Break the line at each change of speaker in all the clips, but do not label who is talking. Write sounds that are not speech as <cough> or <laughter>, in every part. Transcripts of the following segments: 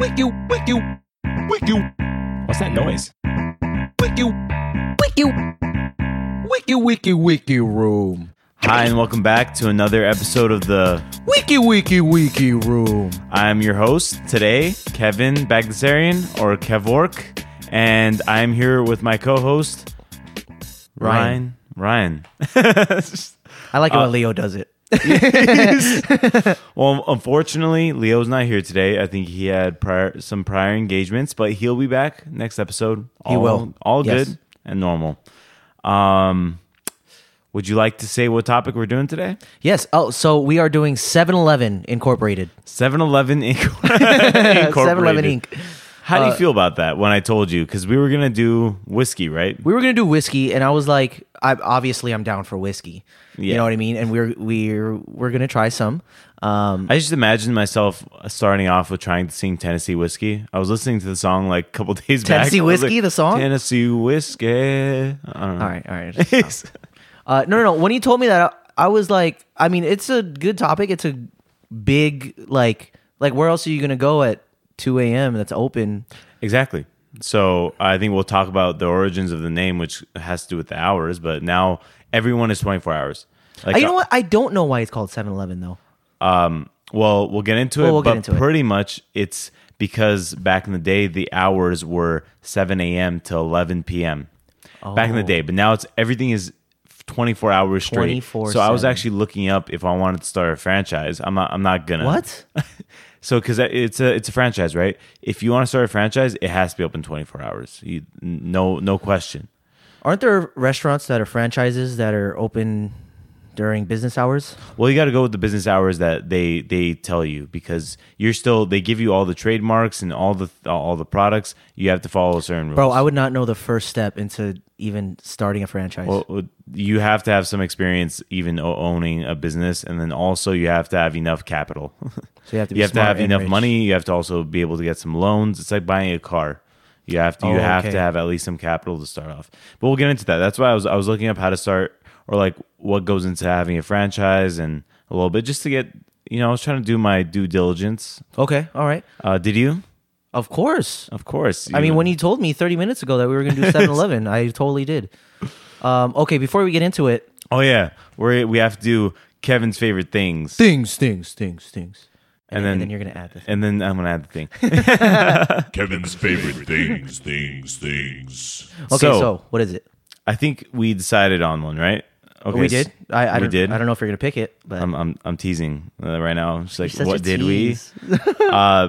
Wiki, wiki, wiki,
What's that noise?
wiki, wiki, wiki, wiki, wiki room.
Hi, and welcome back to another episode of the
Wiki, wiki, wiki room.
I'm your host today, Kevin Bagdasarian or Kevork, and I'm here with my co host, Ryan. Ryan. <laughs>
I like it
Uh,
when Leo does it.
well, unfortunately, Leo's not here today. I think he had prior, some prior engagements, but he'll be back next episode. All,
He will.
All
Yes.
good and normal. Um, would you like to say what topic we're doing today?
Yes. Oh, so we are doing 7-Eleven
<laughs>
Incorporated.
7 Eleven Inc.
7-Eleven Inc. Uh,
How do you feel about that when I told you? Because we were going to do whiskey, right?
We were gonna do whiskey, and I was like, I, obviously, I'm down for whiskey. You
Yeah.
know what I mean? And we're we're we're gonna try some. Um,
I just imagined myself starting off with trying to sing Tennessee whiskey. I was listening to the song like a couple <laughs> days back.
Tennessee
I was
Whiskey,
like,
the song?
Tennessee whiskey. I don't know.
all right, all right. <laughs> Uh, no, no, no. When he told me that, I, I was like, I mean, it's a good topic. It's a big like like where else are you gonna go at 2 a.m. That's open.
<laughs> exactly. So I think we'll talk about the origins of the name, which has to do with the hours. But now everyone is twenty four hours. Like
Uh, you know what? I don't know why it's called 7-Eleven though.
Well, we'll get into it,
we'll get
but
into it.
pretty much it's because back in the day the hours were 7 a.m. to 11 p.m. Back in
Oh.
the day, but now it's everything is 24 hours straight.
24/7.
So I was actually looking up if I wanted to start a franchise. I'm not. I'm not gonna.
What?
<laughs> So because it's a it's a franchise, right? If you want to start a franchise, it has to be open 24 hours. You, no no question.
Aren't there restaurants that are franchises that are open during business hours?
Well, you got to go with the business hours that they they tell you because you're still they give you all the trademarks and all the all the products. You have to follow certain rules.
Bro, I would not know the first step into even starting a franchise.
Well, you have to have some experience even o- owning a business, and then also you have to have enough capital. <laughs>
so you have to be
you have to
smart
have
and
enough
rich.
money. You have to also be able to get some loans. It's like buying a car. You have to you
Oh,
have
okay.
to have at least some capital to start off. But we'll get into that. That's why I was I was looking up how to start or like what goes into having a franchise and a little bit just to get you know I was trying to do my due diligence.
Okay, all right.
Uh, did you?
Of course.
Of course.
I mean,
you-
when you told me 30 minutes ago that we were going
<laughs>
to do 7 Eleven, I totally did. Um, okay, before we get into it,
oh yeah, we we have to do Kevin's favorite things,
things, things, things, things.
and,
And
then
then you're going to add this.
and then I'm gonna add the thing.
Kevin's favorite things, things, things.
Okay, so, what is it?
I think we decided on one, right? Okay,
we did? I, I,
we
don't,
did.
I don't know if you're going to pick it, but
I'm I'm, I'm teasing uh, right now. She's like,
such a
what did
tease. <laughs>
we? uh,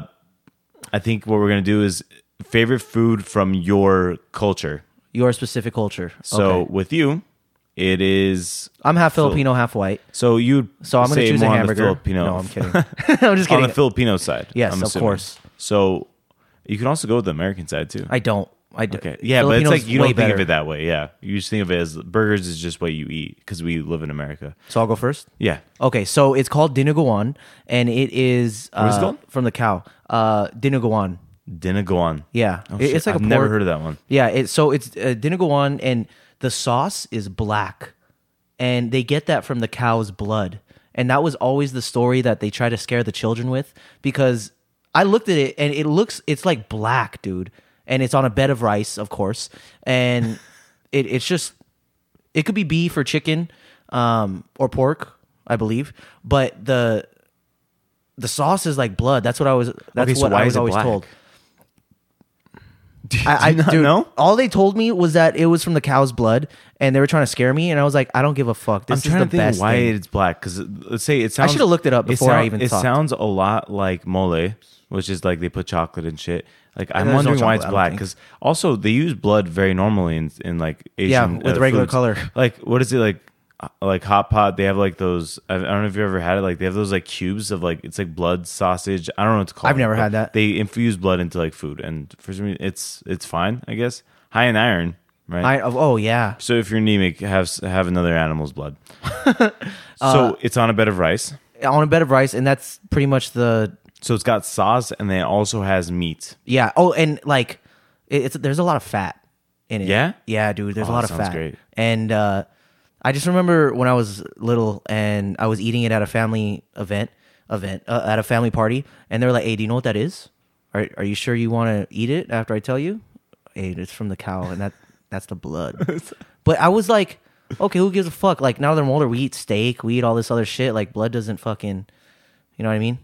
I think what we're gonna do is favorite food from your culture.
your specific culture.
So
Okay.
with you, it is.
I'm half Filipino, half white.
So you.
So I'm going
say
to choose a
more On
hamburger.
the Filipino, <laughs>
No, I'm kidding. <laughs> I'm just
on
kidding.
the Filipino side.
Yes,
I'm
of
assuming.
course.
So you can also go with the American side too.
I don't. I do.
Okay. Yeah, but it's
Filipino's
like you don't
way
think of
better.
it that way. Yeah, you just think of it as burgers is just what you eat because we live in America.
So I'll go first.
Yeah.
Okay, so it's called Dinuguan, and it is uh,
is it called?
from the cow. Uh, Dinuguan.
Dinuguan.
Yeah, It-
Oh, Shit,
it's like
I've
a
never
pork-
heard of that one.
Yeah, it, so it's uh, Dinuguan, and the sauce is black, and they get that from the cow's blood, and that was always the story that they try to scare the children with because I looked at it and it looks it's like black, dude, and it's on a bed of rice, of course, and <laughs> it, it's just it could be beef or chicken um, or pork, I believe, but the the sauce is like blood. That's what I was. That's
Okay, so
what
why
I
is
was
it
always
black?
told. <laughs> I,
<laughs>
I
you not
dude,
know?
All they told me was that it was from the cow's blood, and they were trying to scare me. And I was like, I don't give a fuck. This
I'm trying
is the
to think
best
why
thing.
it's black because let's say it sounds.
should've looked it up before I
sound-
even
It
talked.
sounds a lot like mole, which is like they put chocolate and shit. Like I'm
there's no
wondering why it's
chocolate, I don't
black
think.
because also they use blood very normally in, in like Asian
Yeah, with
uh,
regular
foods.
color. <laughs>
Like what is it like? uh, Like hot pot, they have like those. I I don't know if you ever had it. Like they have those like cubes of like it's like blood sausage. I don't know what to call.
I've
it,
never
but
had that.
They infuse blood into like food, and for some reason, it's it's fine. I guess high in iron, right?
I, oh, oh yeah,
So if you're anemic, have have another animal's
<laughs>
blood.
Uh,
so it's on a bed of rice.
on a bed of rice, and that's pretty much the
So it's got sauce, and then it also has meat.
yeah. Oh, and like it, it's there's a lot of fat in it.
Yeah?
yeah, dude. There's
Oh,
a lot
that
of
sounds
fat.
great.
And uh, I just remember when I was little and I was eating it at a family event event uh, at a family party, and they were like, "Hey, do you know what that is?" Are are you sure you want to eat it after I tell you? Hey, it's from the cow, and that that's the
<laughs>
blood. but I was like, okay, who gives a fuck? Like now that I'm older, we eat steak, we eat all this other shit. Like blood doesn't fucking, you know what I mean?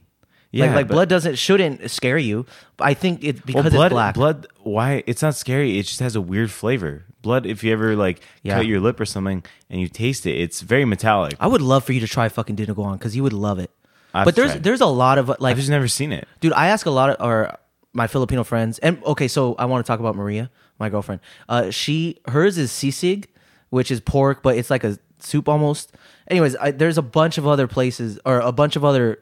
Yeah, like,
Yeah,
like
but-
blood doesn't shouldn't scare you. But I think it because
well, blood,
it's black.
Blood, why? It's not scary. It just has a weird flavor. Blood, if you ever like
Yeah. Oh.
cut your lip or something and you taste it, it's very metallic.
I would love for you to try fucking Dinuguan because you would love it.
I've
but there's
tried.
there's a lot of like
I've just never seen it.
dude i ask a lot of or my filipino friends and okay so i want to talk about maria my girlfriend uh she hers is sisig which is pork but it's like a soup almost anyways I, there's a bunch of other places or a bunch of other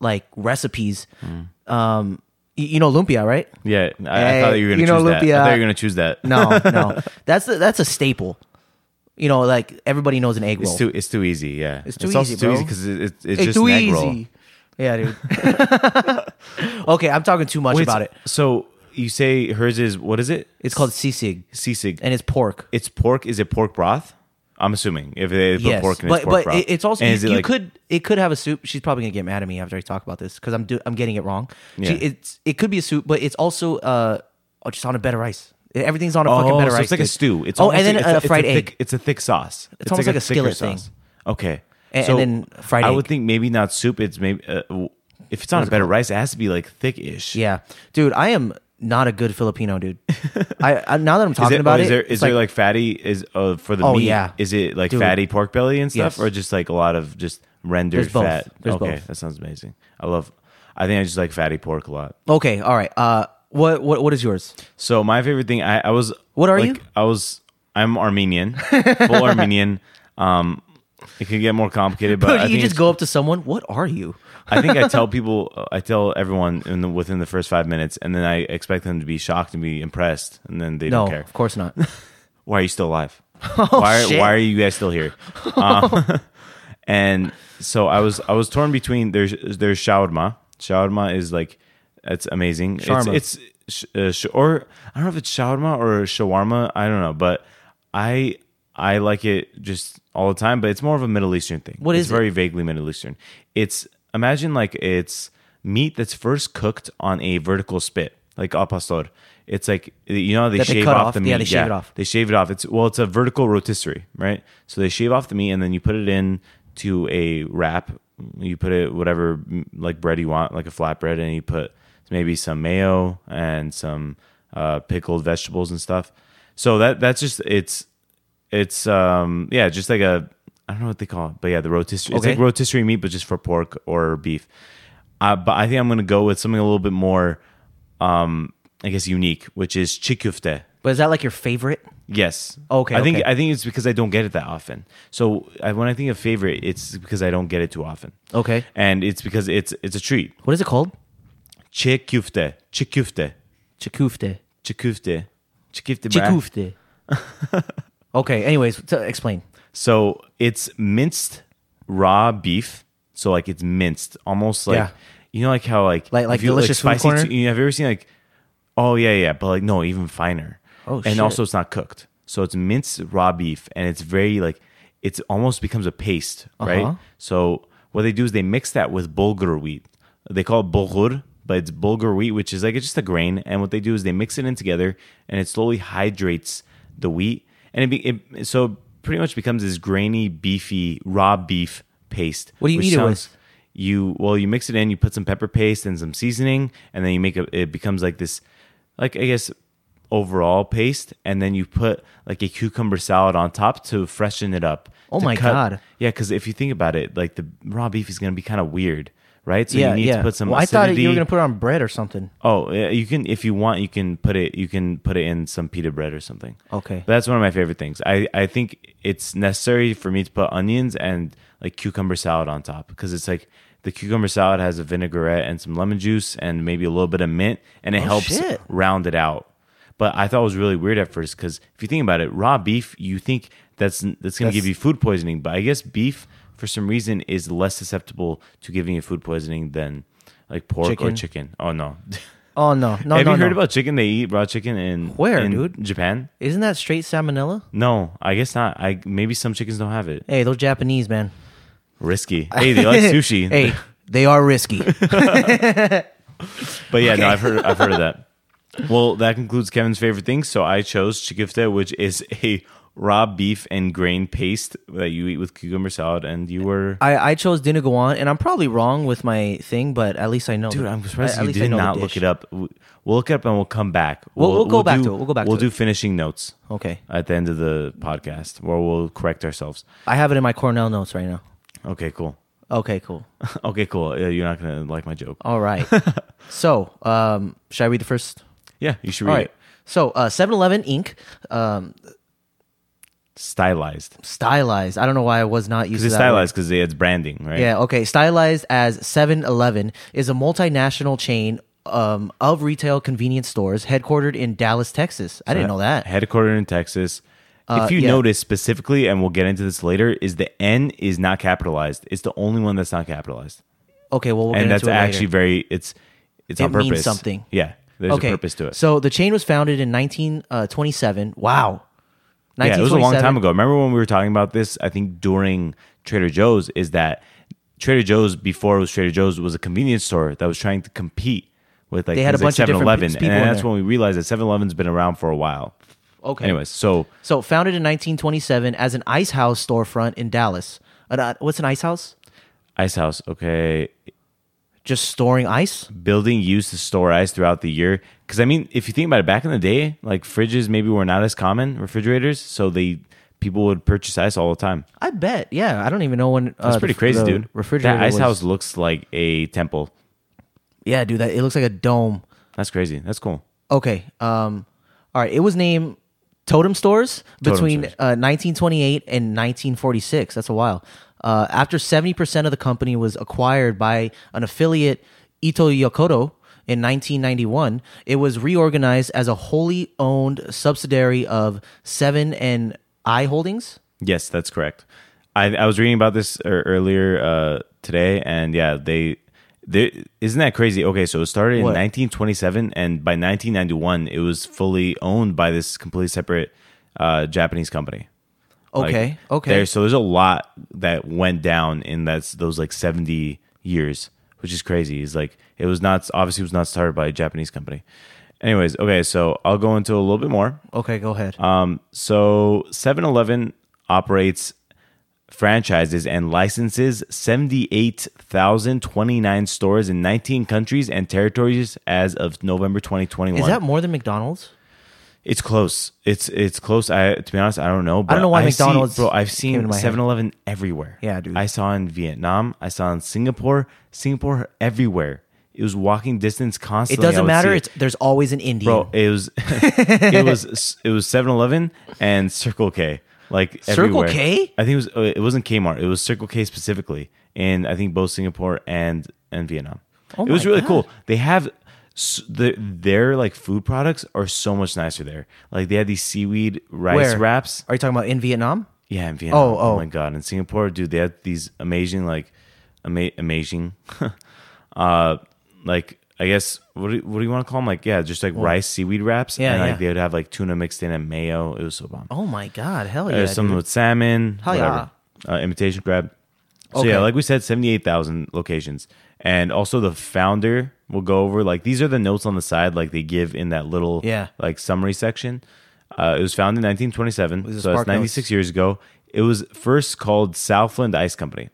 like recipes
Mm.
um y- you know lumpia right
Yeah, I, I
Hey,
thought you were gonna
you know
choose that. I
lumpia-
thought you were gonna choose that.
no no that's a, that's a staple you know like everybody knows an egg roll
<laughs> it's too it's too easy. Yeah,
It's too
also
easy,
too
bro.
easy because it, it, it's
Hey,
just an egg roll.
yeah dude <laughs> okay i'm talking too much
Wait,
about it
So you say hers is what is it?
it's called sisig
sisig.
and it's pork
it's pork. Is it pork broth? I'm assuming if they put
yes,
pork in
but
it's pork
but
broth.
it- it's also
And
you,
is it
you
like-
could it could have a soup. She's probably gonna get mad at me after I talk about this because I'm do, I'm getting it wrong. She,
Yeah.
it's it could be a soup, but it's also uh oh, just on a bed of rice. Everything's on a
Oh,
fucking bed of
so
rice.
it's like a
dude.
stew. It's
oh,
almost
and then
like-
a,
it's
fried
it's
egg.
thick- it's a thick sauce. It's,
almost like a
thicker
skillet thing.
sauce. Okay,
And- and then fried
I
egg.
would think maybe not soup. It's maybe uh, w- if it's on a bed of rice, it has to be like thickish.
yeah, dude, I am not a good Filipino,
<laughs>
dude. I, I now that I'm
Is
talking
it,
about
oh, is
it,
there is
it's
there like fatty is uh, for the
Oh,
meat?
yeah.
Is it like
Dude.
fatty pork belly and stuff,
Yes.
or just like a lot of just rendered
There's both.
fat?
There's
okay,
both.
that sounds amazing. I love. I think I just like fatty pork a lot.
okay, all right. Uh, what what what is yours?
So my favorite thing, I, I was.
What are
like,
you?
I was. I'm Armenian,
<laughs>
full Armenian. Um, it could get more complicated, but Uh, I think
you just
it's-
go up to someone. What are you?
I think I tell
<laughs>
people, uh, I tell everyone in the, within the first five minutes, and then I expect them to be shocked and be impressed, and then they
No,
don't care.
of course not. <laughs>
Why are you still alive? why, are,
Oh, shit. Oh.
why are you guys still
<laughs>
here? Um, <laughs> and so I was, I was torn between there's there's shawarma. Shawarma is like, it's amazing.
Shawarma.
It's it's sh- uh, sh- or I don't know if it's shawarma or shawarma. I don't know, but I I like it just all the time. But it's more of a Middle Eastern thing.
What
it's
is it?
very very vaguely Middle Eastern. It's imagine like it's meat that's first cooked on a vertical spit, like al pastor. It's like you know how they
That they
shave
cut
off,
off?
the meat.
Yeah, they shave it off.
They shave it off. It's well, it's a vertical rotisserie, right? So they shave off the meat and then you put it in to a wrap. You put it whatever mm, like bread you want, like a flatbread, and you put maybe some mayo and some uh, pickled vegetables and stuff. So that that's just it's it's um yeah just like a I don't know what they call it, but yeah, the rotisserie. It's
Okay.
like rotisserie meat, but just for pork or beef. Uh, but I think I'm gonna go with something a little bit more, um, I guess, unique, which is chikufte.
But is that like your favorite?
Yes.
Okay,
I think
okay.
I think it's because I don't get it that often. So I, when I think of favorite, it's because I don't get it too often.
Okay.
And it's because it's it's a treat.
What is it called?
Chikufte. Chikufte.
Chikufte.
Chikufte. Chikufte. bruh.
Chikufte.
<laughs>
okay. Anyways, t- explain.
So it's minced raw beef. So like it's minced, almost like
Yeah.
you know, like how like
Like- like
if you-
Delicious Food
spicy.
Corner?
chi- you have you ever seen like? Oh yeah, yeah, but like no, even finer.
Oh,
and
shit.
also it's not cooked, so it's minced raw beef, and it's very like it's almost becomes a paste,
Uh-huh.
right? So what they do is they mix that with bulgur wheat. They call it bulgur, but it's bulgur wheat, which is like it's just a grain. And what they do is they mix it in together, and it slowly hydrates the wheat, and it, be, it so pretty much becomes this grainy, beefy raw beef paste.
What do you
which
eat it with?
You well, you mix it in. You put some pepper paste and some seasoning, and then you make a, it becomes like this, like I guess overall paste, and then you put like a cucumber salad on top to freshen it up.
Oh
to
my God.
yeah, because if you think about it, like the raw beef is going to be kind of weird, right? So
yeah,
you need
yeah.
to put some.
Well, I thought
acidity.
you were gonna put it on bread or something.
Oh, yeah, you can if you want, you can put it. You can put it in some pita bread or something.
Okay.
But that's one of my favorite things. I I think it's necessary for me to put onions and like cucumber salad on top because it's like the cucumber salad has a vinaigrette and some lemon juice and maybe a little bit of mint and it helps
Oh, shit.
round it out. But I thought it was really weird at first because if you think about it, raw beef, you think that's that's going to
That's-
give you food poisoning, but I guess beef for some reason is less susceptible to giving you food poisoning than like pork or
Chicken.
chicken. Oh no. <laughs>
Oh no, no,
Have
no,
you heard
no.
about chicken? They eat raw chicken in
Where,
in
dude?
Japan?
Isn't that straight salmonella?
No, I guess not. I maybe some chickens don't have it.
Hey, those Japanese man. <laughs>
Risky. Hey, they like sushi.
hey, they are risky.
But yeah, no, I've heard I've heard of that. Well, that concludes Kevin's favorite things. So I chose chikifta, which is <laughs> a raw beef and grain paste that you eat with cucumber salad, and you were
<laughs> Uh, I, I chose Dinagawan, and I'm probably wrong with my thing, but at least I know.
Dude,
the-
I'm surprised
at
you
least I
did
know the
not look
dish.
it up. W- We'll look it up and we'll come back.
We'll- we'll go back
do-
to it. We'll go back
We'll
to
do
it.
finishing notes
Okay,
at the end of the podcast, where we'll correct ourselves.
I have it in my Cornell notes right now.
Okay, cool.
Okay, cool.
Okay, cool. Uh, You're not gonna like my joke.
All right. <laughs> so, um, should I read the first?
Yeah, you should read
All right.
it.
So, uh, 7-Eleven Inc. Um,
Stylized.
stylized. I don't know why I was not
Because
used to
it's
that word.
stylized because it's branding, right?
Yeah, okay. Stylized as 7 Eleven is a multinational chain um, of retail convenience stores headquartered in Dallas, Texas. I didn't know that. Uh,
Headquartered in Texas. if you
yeah.
notice specifically, and we'll get into this later, is the N is not capitalized. It's the only one that's not capitalized,
Okay, well, we'll get
and that's
into it later.
actually very. It's it's on
It means
purpose.
something.
Yeah, there's
okay.
a purpose to it.
So the chain was founded in 1927. Wow.
yeah, it was a long
1927.
time ago. Remember when we were talking about this? I think during Trader Joe's is that Trader Joe's before it was Trader Joe's was a convenience store that was trying to compete with like
They had
things
a bunch
like
of different
7-Eleven,
people in
and that's
there.
when we realized that 7-Eleven's been around for a while.
Okay.
Anyways, so
So founded in 1927 as an ice house storefront in Dallas. An, uh, what's an ice house?
Ice House, okay,
Just storing ice?
building used to store ice throughout the year. Because I mean, if you think about it, back in the day, like fridges maybe were not as common, refrigerators, so they people would purchase ice all the time.
I bet. Yeah. I don't even know when.
That's
uh,
pretty
the-
crazy,
the
dude.
Refrigerator.
that ice
was-
house looks like a temple.
Yeah, dude. That, it looks like a dome.
That's crazy. That's cool.
Okay. Um. All right. It was named Totem Stores
Totem
between
Stores.
Uh, 1928 and 1946. That's a while. Uh, after 70% of the company was acquired by an affiliate, Ito Yokoro, in 1991, it was reorganized as a wholly owned subsidiary of Seven and I Holdings.
Yes, that's correct. I, I was reading about this er, earlier uh, today, and yeah, they, they isn't that crazy? Okay, so it started in
What?
1927, and by 1991, it was fully owned by this completely separate uh, Japanese company. Like,
Okay. okay.
There, so there's a lot that went down in that's those like 70 years, which is crazy. It's like it was not obviously it was not started by a Japanese company. Anyways, okay, so I'll go into a little bit more.
okay. Go ahead.
Um, so 7 Eleven operates franchises and licenses 78,029 stores in 19 countries and territories as of November 2021.
Is that more than McDonald's?
It's close. It's it's close. I to be honest, I don't know. But
don't know why
I've seen-
McDonald's
bro, I've
came
seen
into my head.
7-Eleven everywhere.
Yeah, dude.
I saw in Vietnam. I saw in Singapore. Singapore everywhere. It was walking distance
It
constantly. I
doesn't
would see
matter.
it.
It's there's always an Indian.
Bro, it was <laughs> it was it was 7-Eleven and Circle K. Like
Circle
everywhere.
K?
I think it was uh, it wasn't Kmart. It was Circle K specifically in I think both Singapore and and Vietnam. it was
Oh my
really
God.
cool. They have s- the, their like food products are so much nicer there. Like they had these seaweed rice
Where?
wraps.
Are you talking about in Vietnam?
Yeah, in Vietnam.
Oh, oh.
my god! In Singapore, dude, they had these amazing, like, ama- amazing, <laughs> uh, like I guess what do you, what do you want to call them? Like, yeah, just like rice seaweed wraps.
Yeah,
and like
yeah.
they would have like tuna mixed in and mayo. It was so bomb.
Oh my God! Hell yeah!
There's Uh, something
dude.
with salmon.
Hell
whatever. Uh, imitation crab. So
Okay.
yeah, like we said, seventy-eight thousand locations, and also the founder will go over like these are the notes on the side, like they give in that little
Yeah.
like summary section. Uh, it was founded in 1927,
a
so that's
Spark Notes.
96 years ago. It was first called Southland Ice Company,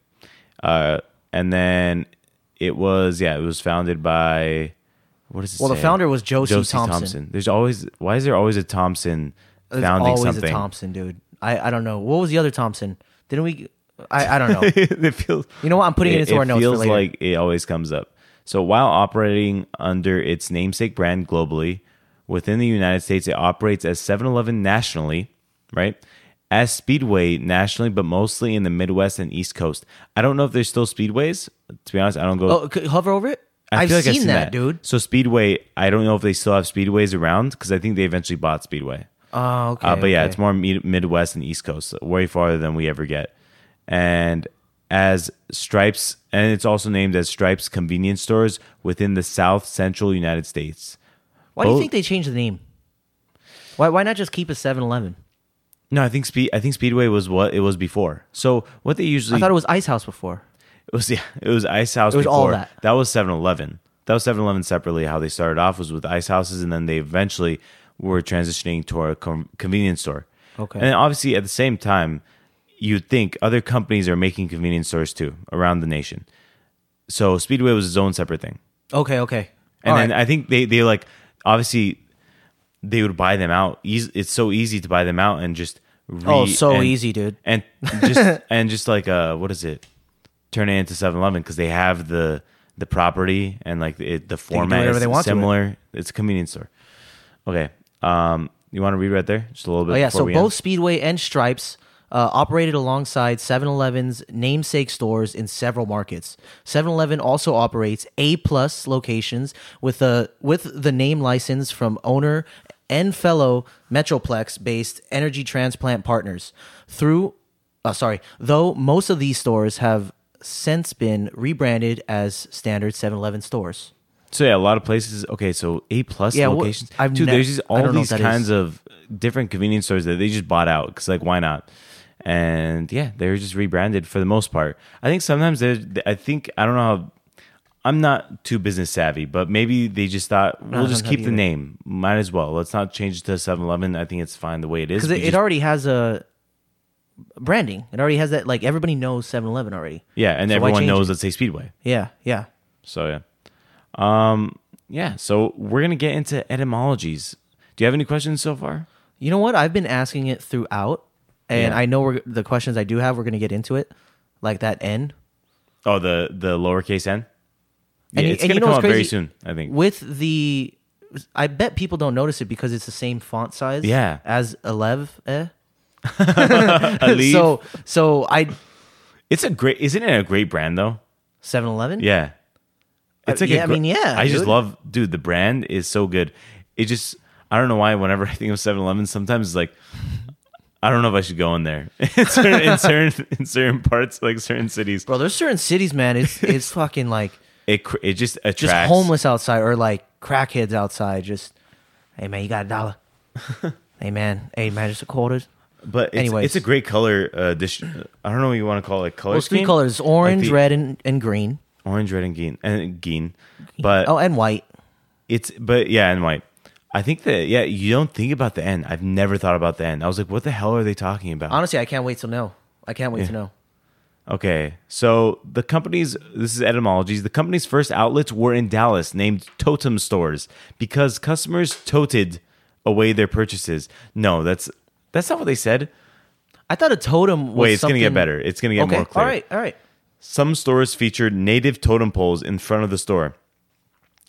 uh, and then it was yeah, it was founded by what is it?
Well, the
say?
founder was Joe C. Thompson.
There's always why is there always a Thompson
There's
founding
always
something?
a Thompson, dude. I, I don't know. What was the other Thompson? Didn't we? I, I don't <laughs> know.
<laughs> it feels.
You know what? I'm putting it into our notes for
feels
later.
like it always comes up. So while operating under its namesake brand globally, within the United States, it operates as 7-Eleven nationally, right? As Speedway nationally, but mostly in the Midwest and East Coast. I don't know if there's still Speedways. To be honest, I don't go.
oh, could- hover over it. I've
feel like
seen, that, dude.
So Speedway, I don't know if they still have Speedways around because I think they eventually bought Speedway.
Oh, okay.
Uh, but yeah,
okay.
it's more mid- Midwest and East Coast, way farther than we ever get. And as Stripes, and it's also named as Stripes convenience stores within the South Central United States.
Why do you
both-
think they changed the name? Why Why not just keep it 7-Eleven?
No, I think Speed, I think Speedway was what it was before. So what they usually
I thought it was Ice House before.
it was <laughs> yeah, it was Ice House.
It was all
before.
that.
That was 7-Eleven. that was 7-Eleven separately. How they started off was with ice houses, and then they eventually were transitioning to a com- convenience store.
Okay.
And obviously, at the same time, you'd think other companies are making convenience stores too around the nation. So Speedway was its own separate thing.
Okay, okay.
And
All
then
right.
I think they they like obviously they would buy them out. Eas- It's so easy to buy them out and just re-
Oh, so
and-
easy, dude.
And
<laughs>
just and just like uh, what is it? Turn it into 7-Eleven because they have the the property and like it, the format
whatever
is
they want to it.
similar. It's a convenience store. Okay, um, you want to read right there just a little bit?
Oh, yeah,
before
so
we
both
end?
Speedway and Stripes uh, operated alongside 7 Eleven's namesake stores in several markets. 7 Eleven also operates A plus locations with, a, with the name license from owner and fellow Metroplex based energy transplant partners. Through, uh, sorry, though most of these stores have since been rebranded as standard 7 Eleven stores.
So yeah, a lot of places. Okay, so A plus
Yeah, wh-
locations.
I've
Dude,
ne-
there's just
I
all
don't know
these
what that
kinds
is.
of different convenience stores that they just bought out because like why not? And yeah, they're just rebranded for the most part. I think sometimes there's. I think I don't know. how I'm not too business savvy, but maybe they just thought we'll
I'm
just
not
keep the
either.
name. Might as well. Let's not change it to 7-Eleven. I think it's fine the way it is.
Because
We
it,
just-
it already has a branding. It already has that, like, everybody knows 7 Eleven already.
yeah, and
So why
everyone
change
knows. Let's say Speedway.
Yeah, yeah.
So yeah, um, yeah. So we're gonna get into etymologies. Do you have any questions so far?
You know what? I've been asking it throughout, and
Yeah.
I know we're, the questions I do have. We're gonna get into it, like that N.
Oh, the the lowercase n. Yeah,
And you-
it's
and
gonna
you know
come
what's
out very
crazy?
soon. I think.
With the, I bet people don't notice it because it's the same font size.
Yeah.
As elev. Eh?
Aleve.
<laughs> So so I
it's a great. Isn't it a great brand though?
Seven Eleven.
Yeah. It's
Uh,
like
yeah,
I
I mean, yeah,
I just
dude.
love, dude. The brand is so good. It just. I don't know why. Whenever <laughs> I think of 7-Eleven, sometimes it's like. I don't know if I should go in there. <laughs> in, certain, in certain in certain parts, like certain cities,
Bro, there's certain cities, man.
<laughs>
It's it's fucking like
it cr- it just attracts.
just homeless outside or like crackheads outside. Just hey man, you got a
<laughs>
dollar. hey man, hey man, just a quarter.
but it's,
Anyways.
it's a great color. Uh, dish, I don't know what you want to call it. Color
Those three
scheme?
colors:
Like
orange,
the
red, and, and green.
orange, red, and green, and green. But
Oh, and white.
It's but yeah, and white. I think that yeah, you don't think about the end. I've never thought about the end. I was like, what the hell are they talking about?
Honestly, I can't wait to know. I can't wait to know.
okay, so the company's this is etymologies. The company's first outlets were in Dallas, named Totem Stores, because customers toted away their purchases. No, that's that's not what they said.
I thought a totem was
Wait, it's
something...
gonna get better. It's gonna get
okay.
more clear.
All right, all right.
Some stores featured native totem poles in front of the store.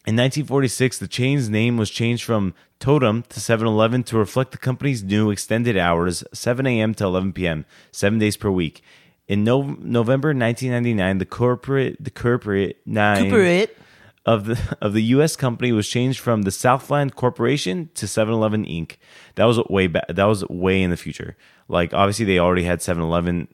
In 1946, the chain's name was changed from Totem to 7 Eleven to reflect the company's new extended hours, 7 a.m. to 11 p.m., seven days per week. In no- November 1999, the corporate, the corporate nine
Cooper it.
of the of the U.S. company was changed from the Southland Corporation to 7-Eleven Inc. That was way back. That was way in the future. Like obviously, they already had 7-Eleven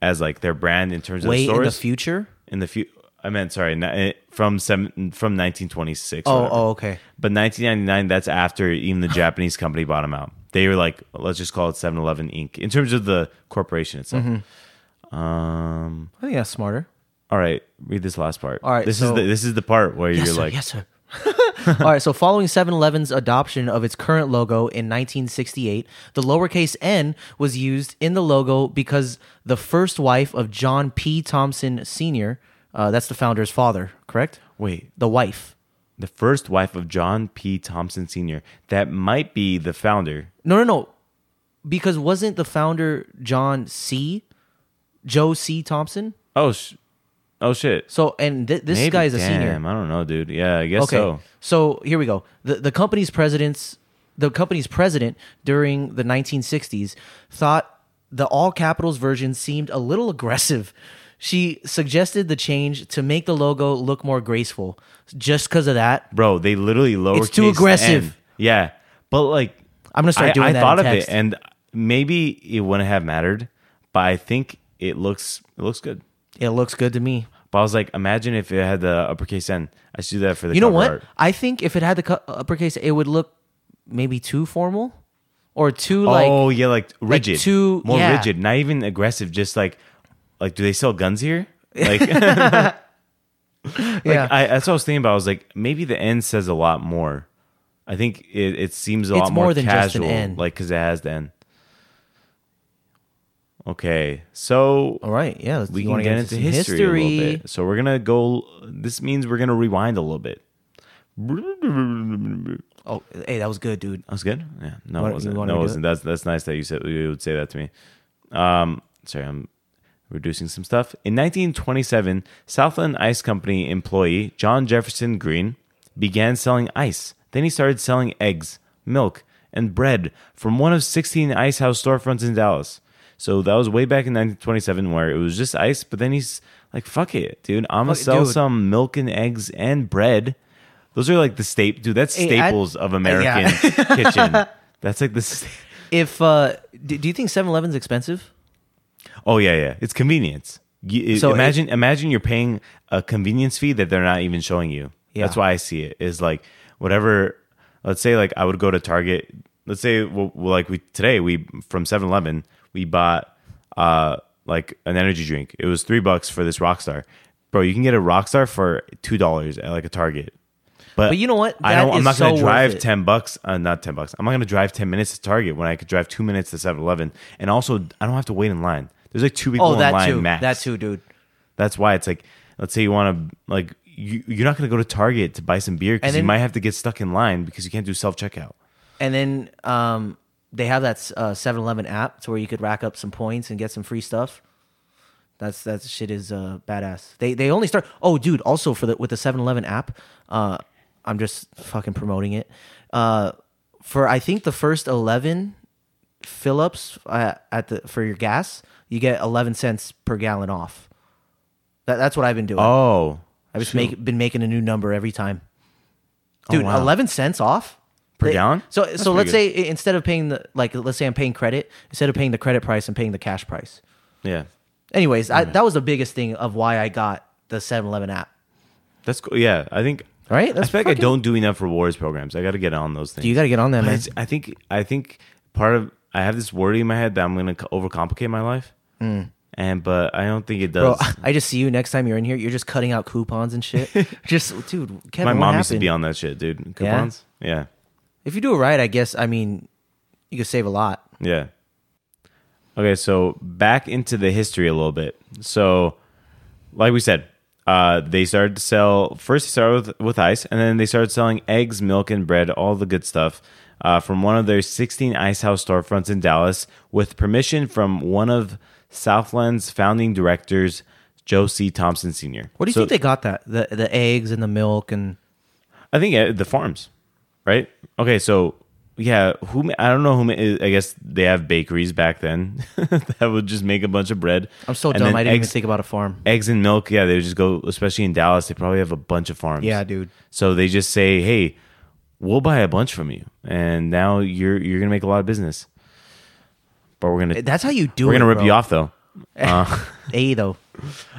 as like their brand in terms
Wait
of
in the
stores
future.
in the few. I meant sorry, not, eh, from seven from 1926. or
Oh,
whatever.
oh, okay.
But 1999, that's after even the Japanese company bought them out. They were like, let's just call it 7-Eleven Inc. In terms of the corporation itself.
Mm-hmm.
Um.
I think that's smarter.
All right, read this last part.
All right,
this
so-
is the this is the part where
Yes,
you're
sir.
like,
yes, sir. <laughs> all right. So, following 7-Eleven's adoption of its current logo in 1968, the lowercase n was used in the logo because the first wife of John P. Thompson Sr. Uh, that's the founder's father, correct?
wait,
The wife.
the first wife of John P. Thompson Sr. That might be the founder.
No, no, no. Because wasn't the founder John C. Joe C. Thompson?
Oh, sh- oh shit.
So, and th- this
Maybe.
guy is a
Damn,
senior.
I don't know, dude. Yeah, I guess
Okay,
so.
so here we go. the The company's presidents, the company's president during the 1960s, thought the all capitals version seemed a little aggressive. She suggested the change to make the logo look more graceful. Just because of that,
bro. They literally lowercase.
too aggressive.
N. Yeah, but like
I'm gonna start
I,
doing
I
that
thought
in
of
text.
it, and maybe it wouldn't have mattered, but I think it looks it looks good.
it looks good to me.
But I was like, imagine if it had the uppercase N. I should do that for the.
You know
cover
what?
art.
I think if it had the cu- uppercase, it would look maybe too formal or too like.
oh yeah, like rigid,
too-
more
yeah.
rigid,
<laughs>
not even aggressive. Just like, like, do they sell guns here? Like,
yeah.
I, that's what I was thinking about. I was like, maybe the end says a lot more. I think it, it seems a
It's
lot more,
more than just an
casual,
N.
like because it has the end. Okay, so
All right. Yeah. Let's,
we
Oh, you
can
wanna
get, into
some
history, a little bit. So we're gonna go. This means we're gonna rewind a little bit. That
Oh, hey, that was good, dude.
was good. Yeah, no,
Why don't
it
you
wasn't.
wanna
No, it
do it?
wasn't. That's that's nice that you said you would say that to me. Um, sorry, I'm reducing some stuff. In 1927, Southland Ice Company employee John Jefferson Green began selling ice. Then he started selling eggs, milk, and bread from one of 16 ice house storefronts in Dallas. So that was way back in 1927 where it was just ice, but then he's like, fuck it, dude. I'm going
Fuck
to
it,
sell
dude."
some milk and eggs and bread. Those are like the staple, dude. That's
Hey, I-
staples of American
yeah. <laughs>
kitchen. That's like the. St-
If uh, do, do you think 7-Eleven's expensive?
Oh yeah, yeah. It's convenience. You,
So
so imagine, imagine you're paying a convenience fee that they're not even showing you.
Yeah.
That's why I see it is like whatever. Let's say like I would go to Target. Let's say well, well, like we today we from 7-Eleven we bought uh like an energy drink. It was three bucks for this Rockstar. Bro, you can get a Rockstar for two dollars at like a Target. But,
But you know what?
I
That
don't. I'm
is
not
so
going to
worth
drive
it.
ten bucks. Uh, not ten bucks. I'm not going to drive ten minutes to Target when I could drive two minutes to 7-Eleven. And also, I don't have to wait in line. There's like two people
Oh,
in
that
line
too.
max.
That too, dude.
That's why it's like, let's say you want to like, you, you're not going to go to Target to buy some beer because
And
you
then-
might have to get stuck in line because you can't do self checkout.
And then um, they have that uh, 7-Eleven app to where you could rack up some points and get some free stuff. That's that shit is uh, badass. They they only start. Oh, dude. Also for the with the 7-Eleven app, uh, I'm just fucking promoting it. Uh, for I think the first eleven fill ups uh, at the for your gas, you get eleven cents per gallon off. That, that's what I've been doing.
Oh,
I've just
shoot.
make, been making a new number every time. Dude,
Oh, wow.
eleven cents off
Per gallon?
So
That's
so
pretty
let's
good.
say i- instead of paying the like let's say I'm paying credit instead of paying the credit price, I'm paying the cash price.
yeah,
Anyways, I, that was the biggest thing of why I got the 7-Eleven app.
that's cool. Yeah, I think.
Right?
I
That's
feel like I
fucking-
don't do enough rewards programs. I got to get on those things.
You got to get on that,
But
man.
it's- I think I think part of I have this worry in my head that I'm going to overcomplicate my life, and but I don't think it
Hmm. Bro, <laughs>
does.
I just see you next time you're in here. You're just cutting out coupons
<laughs>
and shit. just, dude, Kevin,
my
what
mom used to
happened?
be on that shit, dude. Coupons, yeah,
If you do it right, I guess. I mean, you could save a lot.
yeah. Okay, so back into the history a little bit. So, like we said, uh, they started to sell first. They started with, with ice, and then they started selling eggs, milk, and bread, all the good stuff, uh, from one of their 16 ice house storefronts in Dallas, with permission from one of Southland's founding directors, Joe C. Thompson Sr.
What do you
So-
think they got that the the eggs and the milk and
I think uh, the farms, right? Okay, so yeah, who ma- I don't know who. ma- I guess they have bakeries back then <laughs> that would just make a bunch of bread.
I'm so
And
dumb.
then
I didn't
eggs,
even think about a farm.
eggs and milk. Yeah, they would just go, especially in Dallas, they probably have a bunch of farms.
Yeah, dude.
So they just say, hey, we'll buy a bunch from you, and now you're you're gonna make a lot of business. But we're gonna
That's how you do
we're
it.
gonna rip
bro.
you off though.
A though.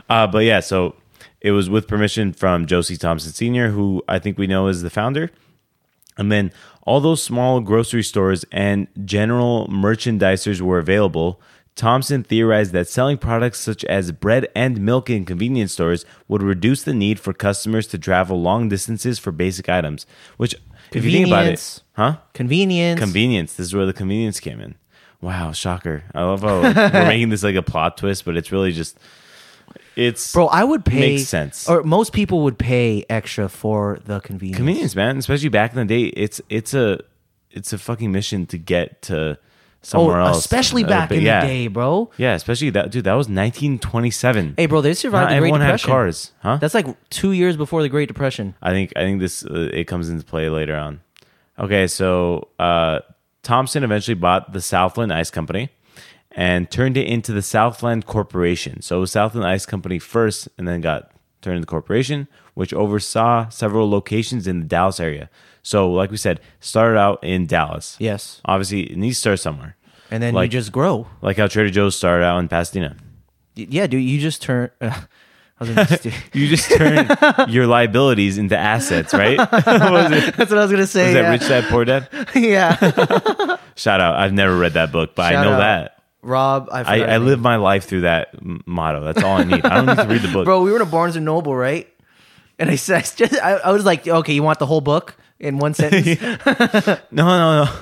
Uh, but yeah, so it was with permission from Josie Thompson Sr., who I think we know is the founder. And then all those small grocery stores and general merchandisers were available. Thompson theorized that selling products such as bread and milk in convenience stores would reduce the need for customers to travel long distances for basic items, which, if you think about it,
Convenience.
huh?
Convenience.
Convenience. This is where the convenience came in. Wow, shocker. I love how like,
<laughs>
we're making this like a plot twist, but it's really just. It's
Bro, I would pay
Makes sense.
Or most people would pay extra for the convenience.
convenience, man. Especially back in the day, it's it's a it's a fucking mission to get to
Oh,
somewhere else.
especially
Uh,
back
but
in
yeah.
the day, bro.
Yeah, especially that dude. That was 1927.
Hey, bro, they
Not
survived the Great
everyone had
Depression.
cars, huh?
That's like two years before the Great Depression.
I think I think this uh, it comes into play later on. Okay, so uh, Thompson eventually bought the Southland Ice Company and turned it into the Southland Corporation. So it was Southland Ice Company first, and then got turned into the corporation, which oversaw several locations in the Dallas area. So, like we said, started out in Dallas.
Yes.
obviously it needs to start somewhere,
And then
Like-
you just grow.
like how Trader Joe's started out in Pasadena.
Y- Yeah, dude, you just turn. <laughs> I
<laughs>
was gonna just do- <laughs>
You just turn your liabilities into assets, right? <laughs> What was it?
That's what I was gonna say.
Is
yeah.
that rich dad poor dad?
<laughs>
<laughs>
yeah.
Shout out! I've never read that book, but I
Shout
know
out.
that.
Rob, I, forgot
I,
his
I
name. <laughs>
live my life through that m- motto. That's all I need. I don't need to read the book.
Bro, we were in a Barnes and Noble, right? And I said, <laughs> I, just, I, I was like, okay, you want the whole book
<laughs>
in one sentence?
No, no, no.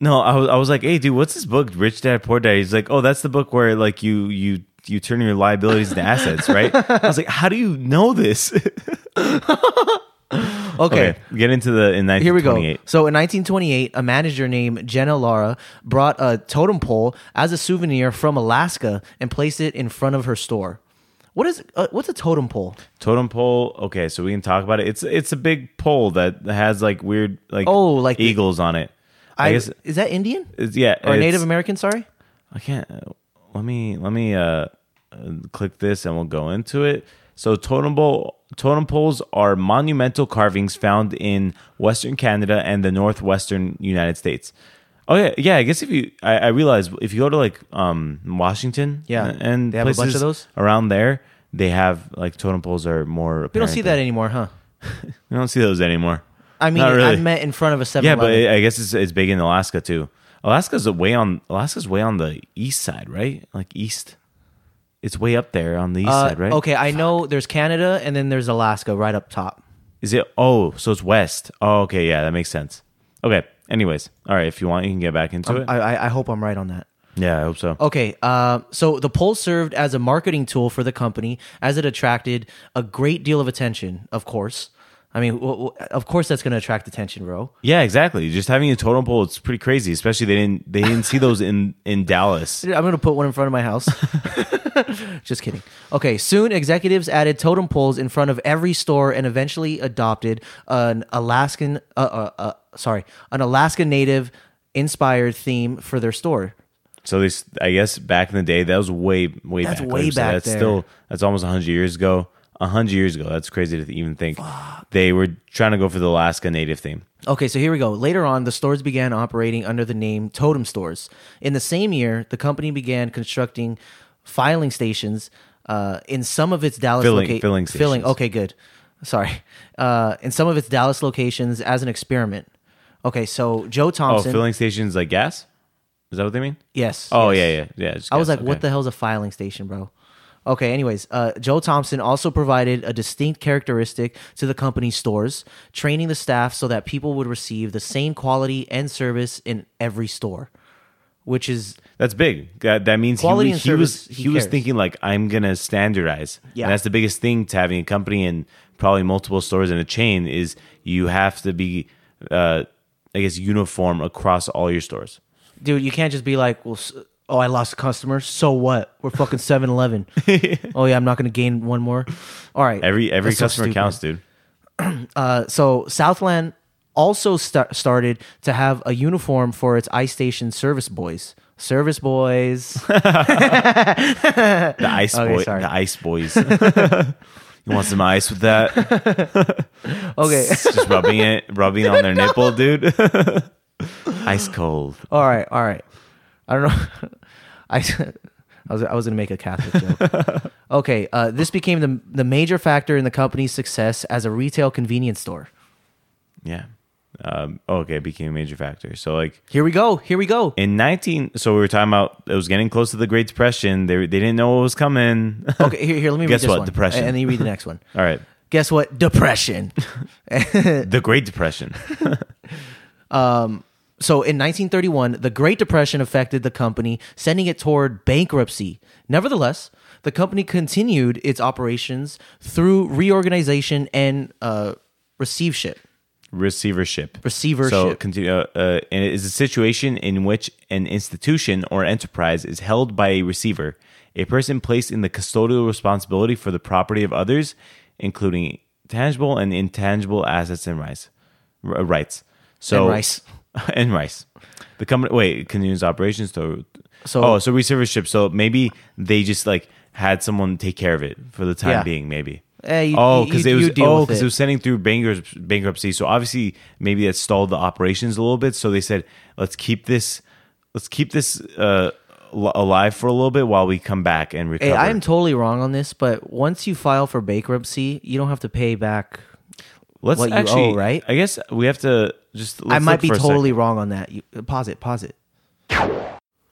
No, I was I was like, hey dude, what's this book, Rich Dad Poor Dad? He's like, Oh, that's the book where like you you you turn your liabilities into assets,
<laughs>
right? I was like, How do you know this? <laughs>
Okay.
okay. Get into the in
Here we go.
1928.
So in 1928, a manager named Jenna Lara brought a totem pole as a souvenir from Alaska and placed it in front of her store. What is uh, what's a totem pole?
Totem pole. Okay, so we can talk about it. It's it's a big pole that has like weird like
Oh, like the-
eagles on it. I, guess
is that Indian
it's, yeah
or
it's-
Native American? Sorry,
I can't. uh, Let me let me uh, uh, click this and we'll go into it. So totem pole totem poles are monumental carvings found in Western Canada and the northwestern United States. Oh yeah, yeah. I guess if you, I, I realize if you go to like um Washington,
Yeah.
and
They have a bunch of
places
those?
around there. They have like totem poles are more.
we don't see that anymore, huh?
We don't see those anymore.
I mean,
Not
I
really.
met in front of a 7
Yeah, but I I guess it's, it's big in Alaska too. Alaska's way on Alaska's way on the east side, right? Like east. It's way up there on the east
uh,
side, right?
okay, I know there's Canada and then there's Alaska right up top.
Is it? Oh, so it's west. Oh, okay. Yeah, that makes sense. Okay. Anyways, all right. If you want, you can get back into it.
I, I, I hope I'm right on that.
yeah, I hope so.
Okay, uh, so the poll served as a marketing tool for the company as it attracted a great deal of attention, of course. I mean, w- w- of course that's going to attract attention, bro.
Yeah, exactly. Just having a totem pole, it's pretty crazy. Especially they didn't they didn't see those in in Dallas.
I'm going to put one in front of my house. <laughs> Just kidding. Okay, soon executives added totem poles in front of every store and eventually adopted an Alaskan uh, uh, uh, sorry, an Alaska native inspired theme for their store.
So they, s- I guess back in the day, that was way way
That's
back.
way
So
back
that's
there.
still that's almost hundred years ago. hundred years ago. That's crazy to even think. They were trying to go for the Alaska native theme.
Okay, so here we go. Later on, the stores began operating under the name Totem Stores. In the same year, the company began constructing filing stations uh, in some of its Dallas
Filling-
loca-
filling
Filling.
stations.
Okay, good. Sorry, uh, in some of its Dallas locations as an experiment. Okay, so Joe
Oh,
Thompson.
filling stations like gas. Is that what they mean?
yes.
Oh
yes.
yeah, yeah, yeah. just
I was
gas,
like, what
okay.
the hell's a filing station, bro? Okay, anyways, uh, Joe Thompson also provided a distinct characteristic to the company's stores, training the staff so that people would receive the same quality and service in every store, which is
That's big. That, that means he,
Quality and
was- he was
service,
he,
he
was
cares.
thinking like I'm gonna standardize.
Yeah.
and that's the biggest thing to having a company and probably multiple stores in a chain is you have to be, uh, I guess, uniform across all your stores.
dude, you can't just be like, well, s- oh, I lost a customer. So what? We're
<laughs>
fucking 7 Eleven. oh, yeah, I'm not going to gain one more. All right.
Every every
That's so
customer
stupid.
counts, dude.
Uh, so Southland also sta- started to have a uniform for its ice station service boys. Service boys.
The ice
Okay,
boy,
sorry.
the ice
<laughs>
boys. you want some ice with that?
Okay.
<laughs> Just rubbing it, rubbing on
<laughs>
their nipple, dude. <laughs> ice cold.
All right, all right. I don't know. <laughs> I, I was I was gonna make a Catholic joke.
<laughs>
Okay, uh, this became the the major factor in the company's success as a retail convenience store.
Yeah. Um, okay, it became a major factor. So like
Here we go. Here we go.
in 19 so we were talking about it was getting close to the great depression they, they didn't know what was coming <laughs> all
Okay, here, here. Let me
Guess
read this
what?
one.
Depression.
And then you read
<laughs>
the next one.
right
Guess what? Depression.
the great depression
So in 1931, the Great Depression affected the company, sending it toward bankruptcy. Nevertheless, the company continued its operations through reorganization and uh, receivership.
receivership
Receivership.
so continue uh, uh, and it is a situation in which an institution or enterprise is held by a receiver a person placed in the custodial responsibility for the property of others including tangible and intangible assets and rights r- uh, rights so
And rice.
<laughs> and rice. The company wait continues operations to
So-
so oh so receivership. So maybe they just like had someone take care of it for the time
Yeah.
being. Maybe
Eh, you-
oh
you-
because
you
it was
deal
oh
with
because
it.
it was sending through bankers- bankruptcy. So obviously maybe that stalled the operations a little bit. So they said let's keep this let's keep this uh, al- alive for a little bit while we come back and recover.
Hey, I am totally wrong on this, but once you file for bankruptcy, you don't have to pay back.
let's
what you
actually
owe, right?
I guess we have to just. Let's
I might
look
be
for a
totally
second.
wrong on that. You, uh, pause it. Pause it.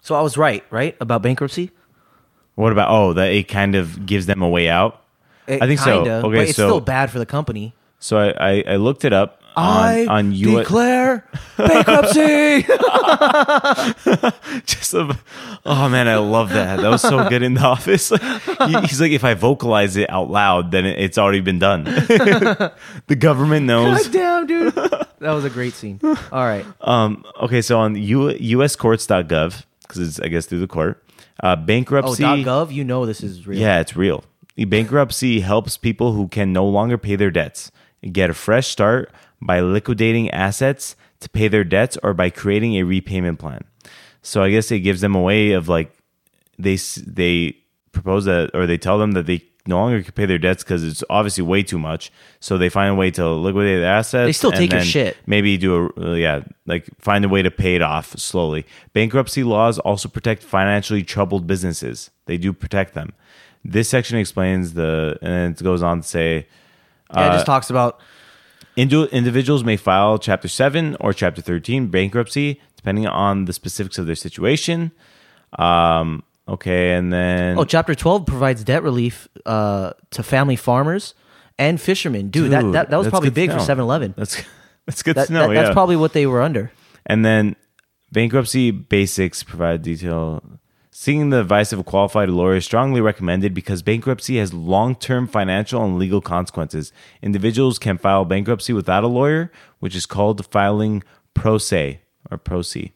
So I was right, right about bankruptcy.
What about oh that it kind of gives them a way out.
It
I think so.
kinda,
Okay,
but it's
so-
still bad for the
<laughs>
company.
So I, I, I looked it up on on U-
declare
<laughs>
bankruptcy.
<laughs> just a, oh man, I love that. That was
<laughs>
so good in the office. <laughs> He- he's like, if I vocalize it out loud, then it, it's already been done. <laughs> the government knows.
God damn, dude. <laughs> That was a great scene. All
<laughs>
right.
Um, okay, so on U- uscourts.gov, because it's, I guess, through the court, uh,
Oh,
bankruptcy.
.gov, you know this is real.
Yeah, it's real. The Bankruptcy helps people who can no longer pay their debts get a fresh start by liquidating assets to pay their debts or by creating a repayment plan. So I guess it gives them a way of like they s- they propose that or they tell them that they no longer can pay their debts because it's obviously way too much. So they find a way to liquidate the assets.
They still
and
take your
then
shit.
Maybe do a uh, yeah, like find a way to pay it off slowly. Bankruptcy laws also protect financially troubled businesses. They do protect them. This section explains the and it goes on to say
Yeah,
uh,
it just talks about
Indi- individuals may file Chapter 7 or Chapter 13 bankruptcy, depending on the specifics of their situation. Um, okay, and then.
oh, Chapter Twelve provides debt relief uh, to family farmers and fishermen. Dude, that,
Dude,
that that was
that's
probably
good to
big for
know.
7-Eleven.
That's, <laughs> that's good
That,
to know.
that-
yeah.
That's probably what they were under.
And then bankruptcy basics provide detail. Seeking the advice of a qualified lawyer is strongly recommended because bankruptcy has long term financial and legal consequences. Individuals can file bankruptcy without a lawyer, which is called filing pro se or pro se.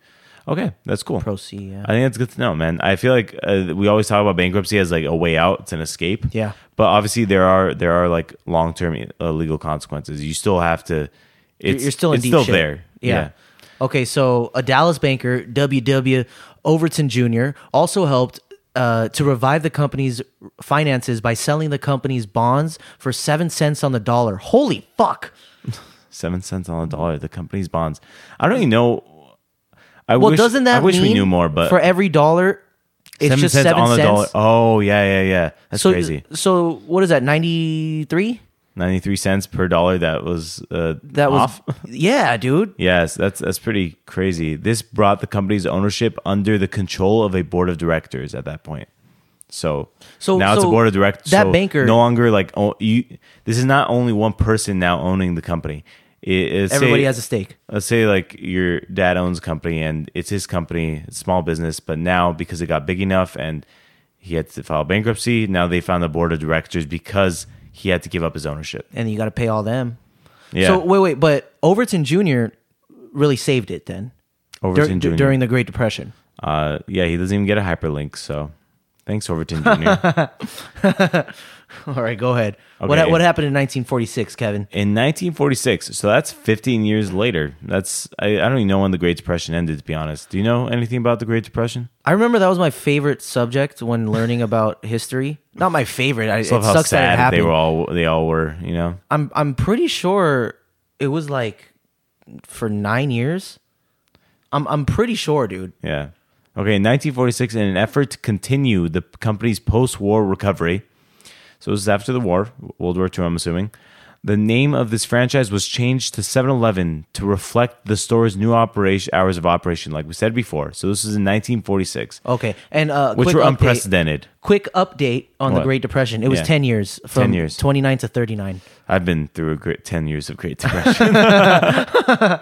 Okay, that's cool.
Pro C, yeah.
I think that's good to know, man. I feel like uh, we always talk about bankruptcy as like a way out, it's an escape.
Yeah.
But obviously there are there are like long term uh, legal consequences. You still have to. It's,
You're still in
it's
deep
still
shit.
there. yeah.
Okay, so a Dallas banker, W.W. Overton Jr., also helped uh, to revive the company's finances by selling the company's bonds for seven cents on the dollar. Holy fuck!
seven cents on the dollar. The company's bonds. I don't even know. I
Well,
wish,
doesn't that
I wish
mean
we knew more, but
for every dollar, it's
seven
just
cents
seven
on the
cents.
dollar. Oh yeah, yeah, yeah. That's
so,
crazy.
So what is that? Ninety three.
Ninety three cents per dollar. That was uh,
That was
off.
<laughs> yeah, dude.
Yes, that's that's pretty crazy. This brought the company's ownership under the control of a board of directors at that point. So,
So-
now it's a
so
board of directors.
that banker-
no longer like oh, you. This is not only one person now owning the company. It, it's
Everybody
say-
has a stake.
let's say like your dad owns a company and it's his company, it's small business, but now because it got big enough and he had to file bankruptcy, now they found the board of directors because he had to give up his ownership.
and you got to pay all them.
Yeah.
So wait, wait, but Overton Jr. really saved it then.
Overton
Dur-
Jr..
during the Great Depression. <laughs>
Uh, yeah, he doesn't even get a hyperlink, so thanks Overton
<laughs>
Jr.
All right, go ahead. What
Okay.
what happened in 1946, Kevin?
In 1946, so that's 15 years later. That's I, I don't even know when the Great Depression ended. To be honest, do you know anything about the Great Depression?
I remember that was my favorite subject when learning about <laughs> history. Not my favorite. I, it
Love how
sucks that it
sad
happened.
they were all they all were. You know,
I'm I'm pretty sure it was like for 9 years. I'm I'm pretty sure, dude.
Yeah. Okay, in 1946, in an effort to continue the company's post war recovery, so this is after the war, World War II, I'm assuming, the name of this franchise was changed to 7 Eleven to reflect the store's new operation hours of operation, like we said before. So this was in 1946,
Okay. And uh
which
quick
were
update,
unprecedented.
Quick update on the
What?
Great Depression. It was
Yeah.
10 years from
10 years.
29 to 39.
I've been through a great 10 years of Great
<laughs>
Depression.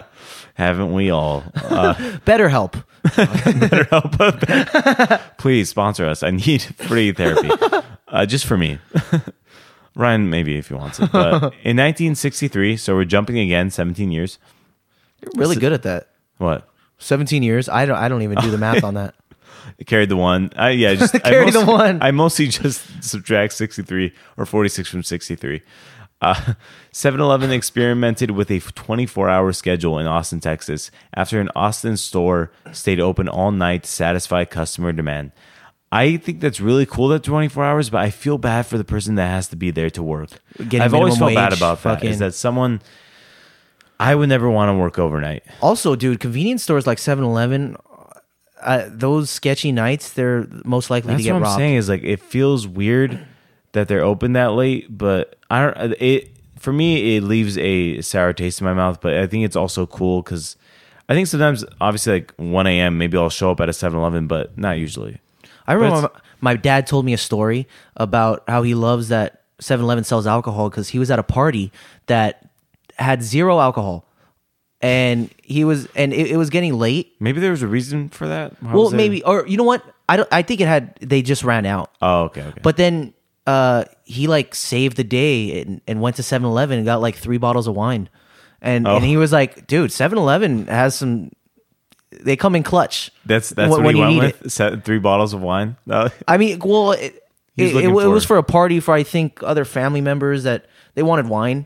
<laughs> Haven't we all?
BetterHelp.
please sponsor us. I need <laughs> free therapy, uh, just for me. <laughs> Ryan, maybe if he wants it. But in 1963, so we're jumping again 17 years.
Really good at that.
What?
17 years. I don't I don't even do the math on that.
Carried the one. I,
<laughs>
yeah, just
Carry
I
the
mostly,
one.
I mostly just <laughs> subtract 63 or 46 from 63. Uh, <laughs> 7-Eleven experimented with a 24-hour schedule in Austin, Texas, after an Austin store stayed open all night to satisfy customer demand. I think that's really cool that 24 hours, but I feel bad for the person that has to be there to work.
Getting
I've always felt
minimum
bad
wage,
about that. Is
fucking-
that someone I would never want to work overnight.
Also, dude, convenience stores like 7-Eleven uh, those sketchy nights, they're most likely to
That's
get
what I'm
robbed.
saying is like it feels weird that they're open that late, but I don't. It for me it leaves a sour taste in my mouth, but I think it's also cool because I think sometimes obviously like 1 a.m. maybe I'll show up at a 7-Eleven, but not usually.
I
But
remember my, my dad told me a story about how he loves that 7-Eleven sells alcohol because he was at a party that had zero alcohol, and he was and it, it was getting late.
Maybe there was a reason for that. Why
well,
was it-
maybe or you know what? I don't. I think it had. They just ran out.
Oh, okay, okay.
But then uh, he like saved the day and, and went to 7 Eleven and got like three bottles of wine. And, and
Oh.
he was like, dude, 7 Eleven has some, they come in clutch.
that's that's what,
when- when
he
you
went
need
with. Set three bottles of wine. <laughs> Oh, No.
I mean, well, it,
He was
it, it,
looking
it was
for-
for a party for, I think, other family members that they wanted wine.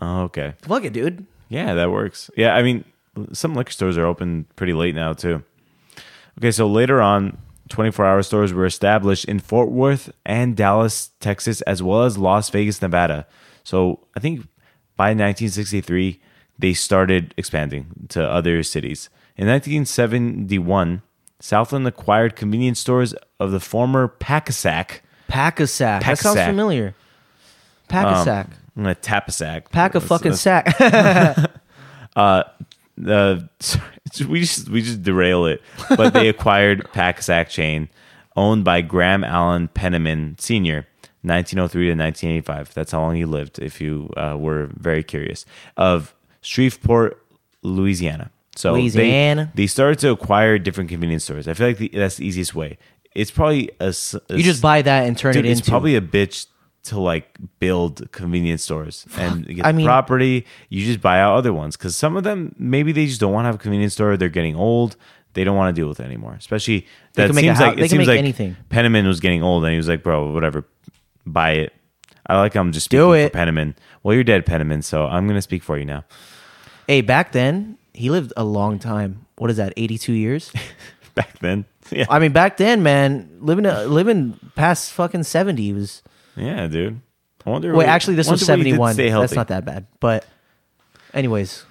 Oh, okay.
Fuck it, dude.
Yeah, that works. Yeah, I mean, some liquor stores are open pretty late now too. Okay, so later on, 24-hour stores were established in Fort Worth and Dallas, Texas, as well as Las Vegas, Nevada. So I think by 1963 they started expanding to other cities. In 1971, Southland acquired convenience stores of the former Pack-a-Sack.
Pack a sack. That sounds
Pack-a-sack.
familiar. Pack a sack.
I'm gonna tap a sack.
Pack a
Um, That's-
fucking
that's-
sack. <laughs>
uh, <laughs> we just we just derail it. But
<laughs>
they acquired Pack-a-Sack chain owned by Graham Allen Penniman Sr. 1903 to 1985. That's how long he lived. If you uh, were very curious, of Shreveport, Louisiana. So they-
Louisiana.
they, started to acquire different convenience stores. I feel like the, that's the easiest way. It's probably a, s- a
you just buy that and turn
Dude,
it
it's
into.
probably a bitch to like build convenience stores and get
I
the
mean-
property. You just buy out other ones because some of them maybe they just don't want to have a convenience store. They're getting old. They don't want to deal with it anymore. Especially that
can make a
seems
hou-
like
they
it
can
seems
make
like
anything.
Penniman was getting old and he was like, bro, whatever, buy it. I like how I'm just
Do
speaking
it.
for Penniman. Well, you're dead, Penniman, so I'm gonna speak for you now. <laughs>
hey, back then, he lived a long time. What is that, 82 years?
Back then, <laughs> yeah,
I mean, back then, man, living uh, living past fucking seventy was.
yeah, dude. I wonder.
Wait,
what-
actually, this was
wonder what he did
seventy
to
one.
stay
That's
healthy.
not that bad. But, anyways,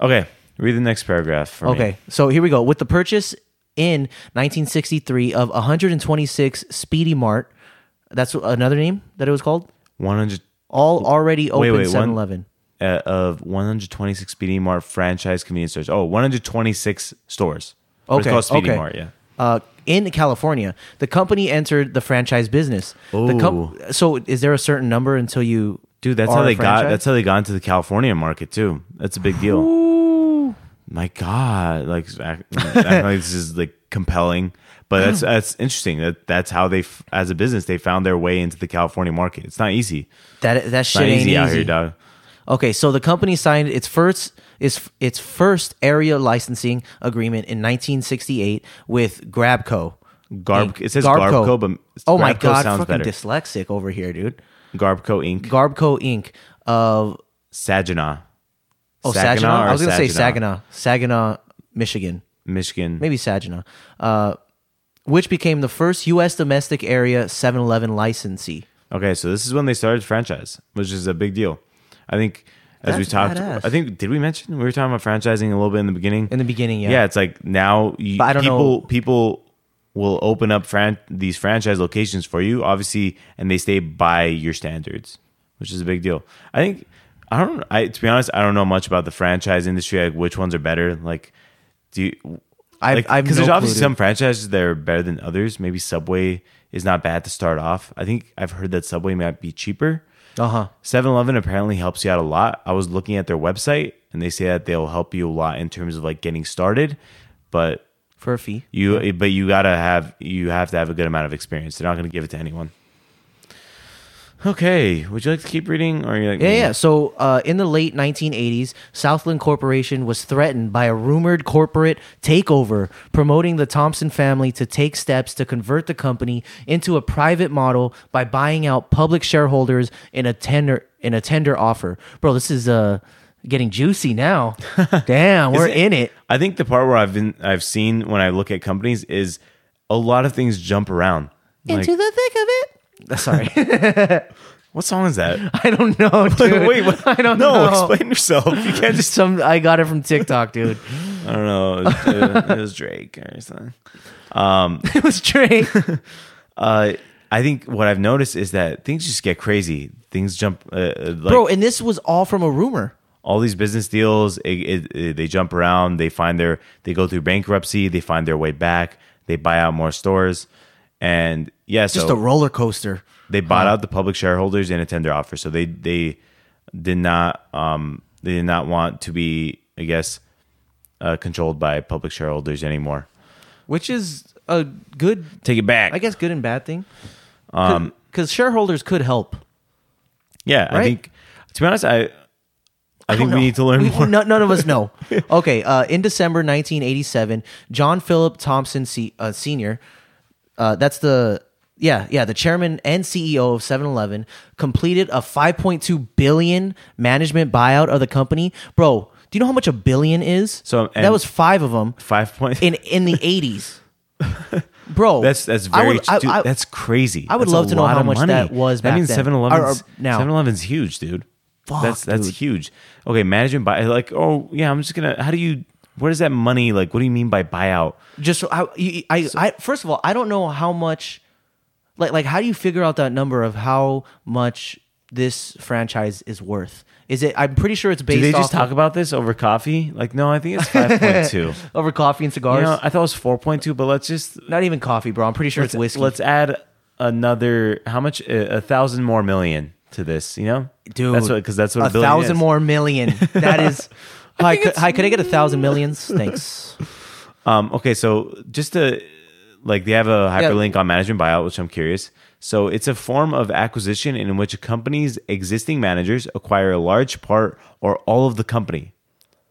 Okay, read the next paragraph. For me.
okay. So here we go with the purchase in 1963 of 126 Speedy Mart. That's another name that it was called.
one hundred.
All already
Wait,
open
wait, one-
7-Eleven.
uh, of 126 Speedy Mart franchise convenience stores. Oh, 126 stores. But
Okay,
It's called Speedy
okay.
Mart, yeah.
Uh, in California, the company entered the franchise business. The com- so, is there a certain number until you
Dude, that's
are
how
a
they got
franchise?
that's how they got into the California market too. That's a big deal. My god, like <laughs> I, I know this is like compelling, but that's that's interesting. That that's how they f- as a business they found their way into the California market. It's not easy.
that that
It's
shit
not
ain't
easy,
easy
out here, dog.
Okay, so the company signed its first its, its first area licensing agreement in 1968 with Grabco.
Garb-
Inc.
it says Garbco, but
oh my
Grabco
god,
sounds
fucking
better.
dyslexic over here, dude.
Garbco Inc.
Garbco Inc. of
Saginaw.
oh Saginaw.
or
I was gonna say Saginaw, Saginaw, Michigan,
Michigan.
maybe Saginaw, uh, which became the first U.S. domestic area 7-Eleven licensee.
Okay, so this is when they started franchise, which is a big deal. I think as we
That's
talked,
badass.
I think did we mention we were talking about franchising a little bit in the beginning?
In the beginning, yeah.
yeah, it's like now you,
But I don't
people
know-
people will open up fran- these franchise locations for you, obviously, and they stay by your standards, which is a big deal. I think I don't. I to be honest, I don't know much about the franchise industry. Like which ones are better? Like do you?
I've,
Like,
I've no
there's
clue,
obviously
dude.
some franchises that are better than others. Maybe Subway is not bad to start off. I think I've heard that Subway might be cheaper.
Uh-huh.
7-Eleven apparently helps you out a lot. I was looking at their website and they say that they'll help you a lot in terms of like getting started, but
for a fee.
you but you gotta have you have to have a good amount of experience. They're not gonna give it to anyone. Okay, would you like to keep reading or are you like
Yeah, yeah. So uh, in the late 1980s, Southland Corporation was threatened by a rumored corporate takeover, promoting the Thompson family to take steps to convert the company into a private model by buying out public shareholders in a tender in a tender offer. Bro, this is uh, getting juicy
<laughs>
now. Damn, we're in it.
I think the part where I've been I've seen when I look at companies is a lot of things jump around. Like,
into the thick of it. Uh, Sorry, <laughs>
what song is that?
I don't know, dude.
Wait, what?
I don't
no,
know.
explain yourself. You <laughs> can't just.
<laughs> Some I got it from
<laughs>
TikTok, dude.
I don't know. It was, it was Drake or something.
it was Drake.
Uh, I think what I've noticed is that things just get crazy. Things jump. Uh, uh, like
Bro, and this was all from a rumor.
all these business deals, it, it, it, they jump around. They find their. They go through bankruptcy. They find their way back. They buy out more stores. And yeah, so
Just a roller coaster.
they bought out the public shareholders in a tender offer. So they they did not um they did not want to be I guess uh, controlled by public shareholders anymore.
which is a good,
Take it back.
I guess, good and bad thing.
Um,
Because shareholders could help.
Yeah, I
Right?
think to be honest, I I think we need to learn
We-
more.
no- none of us know. okay, uh, in December 1987, John Philip Thompson C- uh, Sr., uh, that's the yeah yeah the chairman and CEO of 7-Eleven completed a 5.2 billion management buyout of the company. Bro, do you know how much a billion is?
So, and-
that was five of them
<laughs> Five point.
in in the 80s. Bro,
<laughs> that's that's
I
very
would- I-
dude,
I-
that's crazy.
I would
That's a
love to know
lot
how
of
much
money.
that was
That
back
means
then.
Seven Eleven's
Or- or now.
Seven Eleven's huge, dude.
Fuck,
that's that's
dude.
huge. Okay, management buy like oh yeah, I'm just gonna. How do you? What is that money like? What do you mean by buyout?
just I, you- I, I first of all i don't know how much like like how do you figure out that number of how much this franchise is worth is it i'm pretty sure it's
Do
based
they
off
just talk about this over coffee? Like no, I
<laughs>
think it's five point two.
over coffee and
You
cigars
know, I thought it was four point two, but let's just
not even coffee bro i'm pretty sure
let's,
it's whiskey
let's add another how much a, a thousand more million to this. You know,
dude
that's what because that's what a,
a,
billion
thousand
is.
more million that
<laughs>
is hi could, hi could i get a thousand millions thanks
Um, okay, so just to like they have a hyperlink on management buyout, which I'm curious. So it's a form of acquisition in which a company's existing managers acquire a large part or all of the company.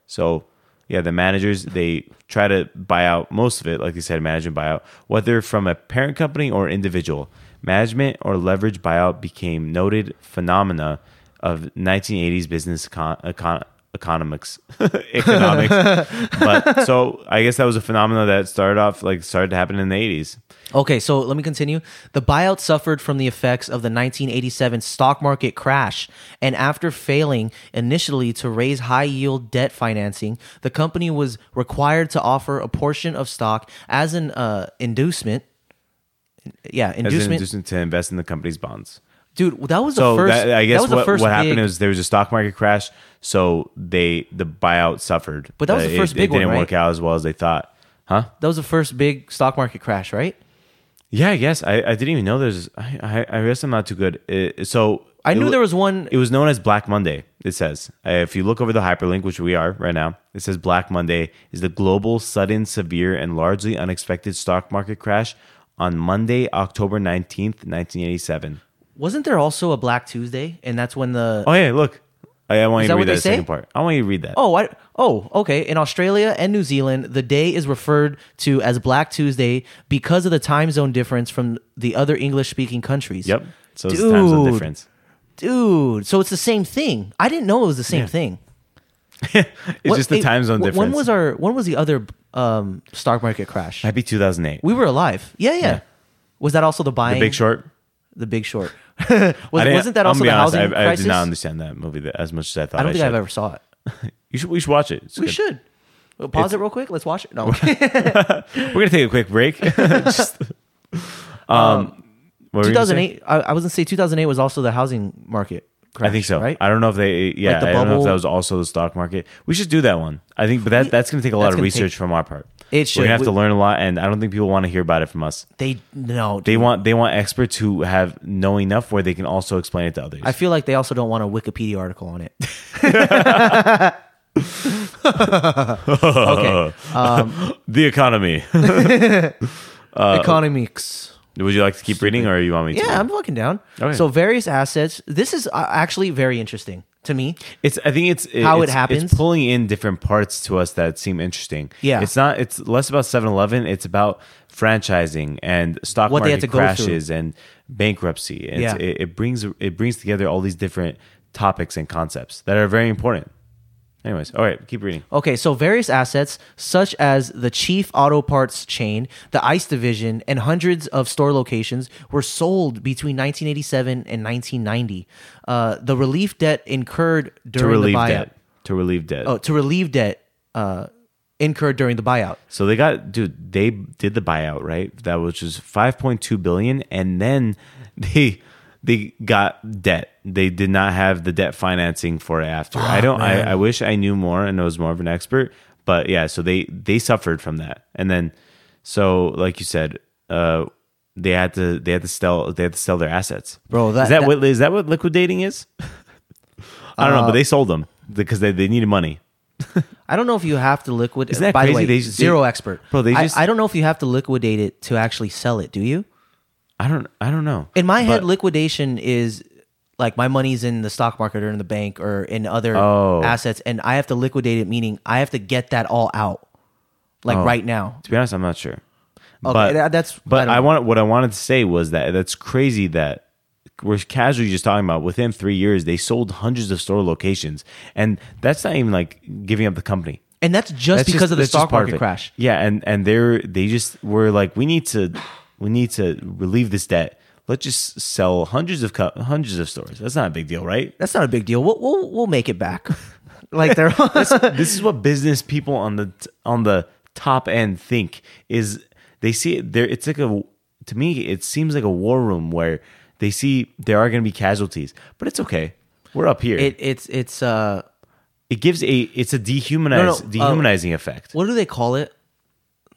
So yeah, the managers they try to buy out most of it, like they said, management buyout, whether from a parent company or individual. Management or leverage buyout became noted phenomena of 1980s business econ- econ- economics, <laughs> economics. but <laughs> so I guess that was a phenomenon that started off like started to happen in the 80s.
Okay, so let me continue. The buyout suffered from the effects of the 1987 stock market crash, and after failing initially to raise high yield debt financing, the company was required to offer a portion of stock as an uh, inducement. Yeah,
As an
inducement.
inducement to invest in the company's bonds.
Dude, that was
So
the first.
that, I guess
that was the
what,
first
what happened
big-
is there was a stock market crash, so they the buyout suffered.
But that was
Uh,
the first
it,
big
it didn't
one,
work
right?
out as well as they thought. Huh?
that was the first big stock market crash, right?
Yeah, I guess I, I didn't even know there's. I, I I guess I'm not too good. It, so
I
it
knew
wa-
there was one.
It was known as Black Monday. It says Uh, if you look over the hyperlink, which we are right now, it says Black Monday is the global, sudden, severe, and largely unexpected stock market crash on Monday, October nineteenth, nineteen eighty-seven.
wasn't there also a Black Tuesday, and that's when the
Oh yeah, look. I, I want you
that
to
what
read
they
that
say?
second part. I want you to read that.
Oh, I, oh, okay. In Australia and New Zealand, the day is referred to as Black Tuesday because of the time zone difference from the other English-speaking countries.
yep. So it's times of
Dude.
difference.
dude. So it's the same thing. I didn't know it was the same thing.
It's just the time zone difference.
When was our? When was the other um, stock market crash?
Might be two thousand eight.
we were alive. Yeah, yeah, Was that also the buying?
The Big Short.
The Big Short. <laughs>
I
was,
didn't-
wasn't that
I'm
also
gonna
the
be honest,
housing
I,
crisis?
I did not understand that movie that, as much as I thought.
I don't
I
think
should.
I've ever saw it.
You should. We should watch it. It's
We
good.
should. Well, pause it real quick. Let's watch it.
<laughs>
No.
We're gonna take a quick
<laughs>
break. Just- um, what were you gonna say?
2008 I, I was gonna say 2008 was also the housing market crash,
I think so.
right
I don't know if they. Yeah,
Like the
I don't know
bubble?
if that was also the stock market. We should do that one. I think, but that that's gonna take a lot
that's
of
gonna
research
take-
from our part.
It
We're
should.
gonna have to
We-
learn a lot, and I don't think people want to hear about it from us.
they no
They want they want experts who have know enough where they can also explain it to others.
i feel like they also don't want a wikipedia article on it okay
<laughs>
Um,
the economy. <laughs> Uh,
<laughs> economics
Would you like to keep reading, or you want me to?
yeah i'm fucking down
Okay.
so various assets this is uh, actually very interesting to me
It's. I think it's it-
How it
it's-
happens?
It's pulling in different parts to us that seem interesting.
Yeah.
It's not. It's less about 7-Eleven. It's about franchising and stock
What they had
market
to go through.
crashes and bankruptcy. It's,
Yeah.
It, it brings it brings together all these different topics and concepts that are very important. Anyways, all right, keep reading.
Okay, so various assets such as the chief auto parts chain, the ICE division, and hundreds of store locations were sold between 1987 and 1990. Uh, the relief debt incurred
To
during
relieve
the buyout.
debt. To relieve debt.
Oh, to relieve debt uh, incurred during the buyout.
So they got dude, they did the buyout, right? That was just 5.2 billion and then <laughs> they they got debt. They did not have the debt financing for it after. I don't I, I wish I knew more and was more of an expert, but yeah, so they they suffered from that. And then so like you said, uh they had to they had to sell they had to sell their assets.
Bro, that-
is that,
that- Uh,
what is that what liquidating is? <laughs> I don't know, but they sold them because they, they needed money.
I don't know if you have to liquidate.
Isn't that
By
crazy?
the way,
They just-
zero
they-
expert.
Bro, they
I-
just-
I, don't know if you have to liquidate it to actually sell it. Do you?
I don't I don't know.
In my head,
But-
liquidation is like my money's in the stock market or in the bank or in other
Oh.
assets, and I have to liquidate it. Meaning, I have to get that all out, like right now.
to be honest, I'm not sure.
Okay, that- that's- I
Oh. but
don't
I,
know.
want what I wanted to say was that that's crazy that we're casually just talking about within three years they sold hundreds of store locations, and that's not even like giving up the company.
And that's just
That's
because
just-
of the
that's just
stock
part
market
of it.
crash.
Yeah, and and they're they just were like, we need to we need to relieve this debt. Let's just sell hundreds of co- hundreds of stores. That's not a big deal, right?
That's not a big deal. We'll we'll, we'll make it back. <laughs>
<laughs>
like they're <laughs>
this is what business people on the on the top end think is they see it there it's like a to me it seems like a war room where they see there are going to be casualties but it's okay we're up here
it,
it,
it's it's uh
gives a it's a dehumanized
No, no, uh,
dehumanizing effect
what do they call it? Um,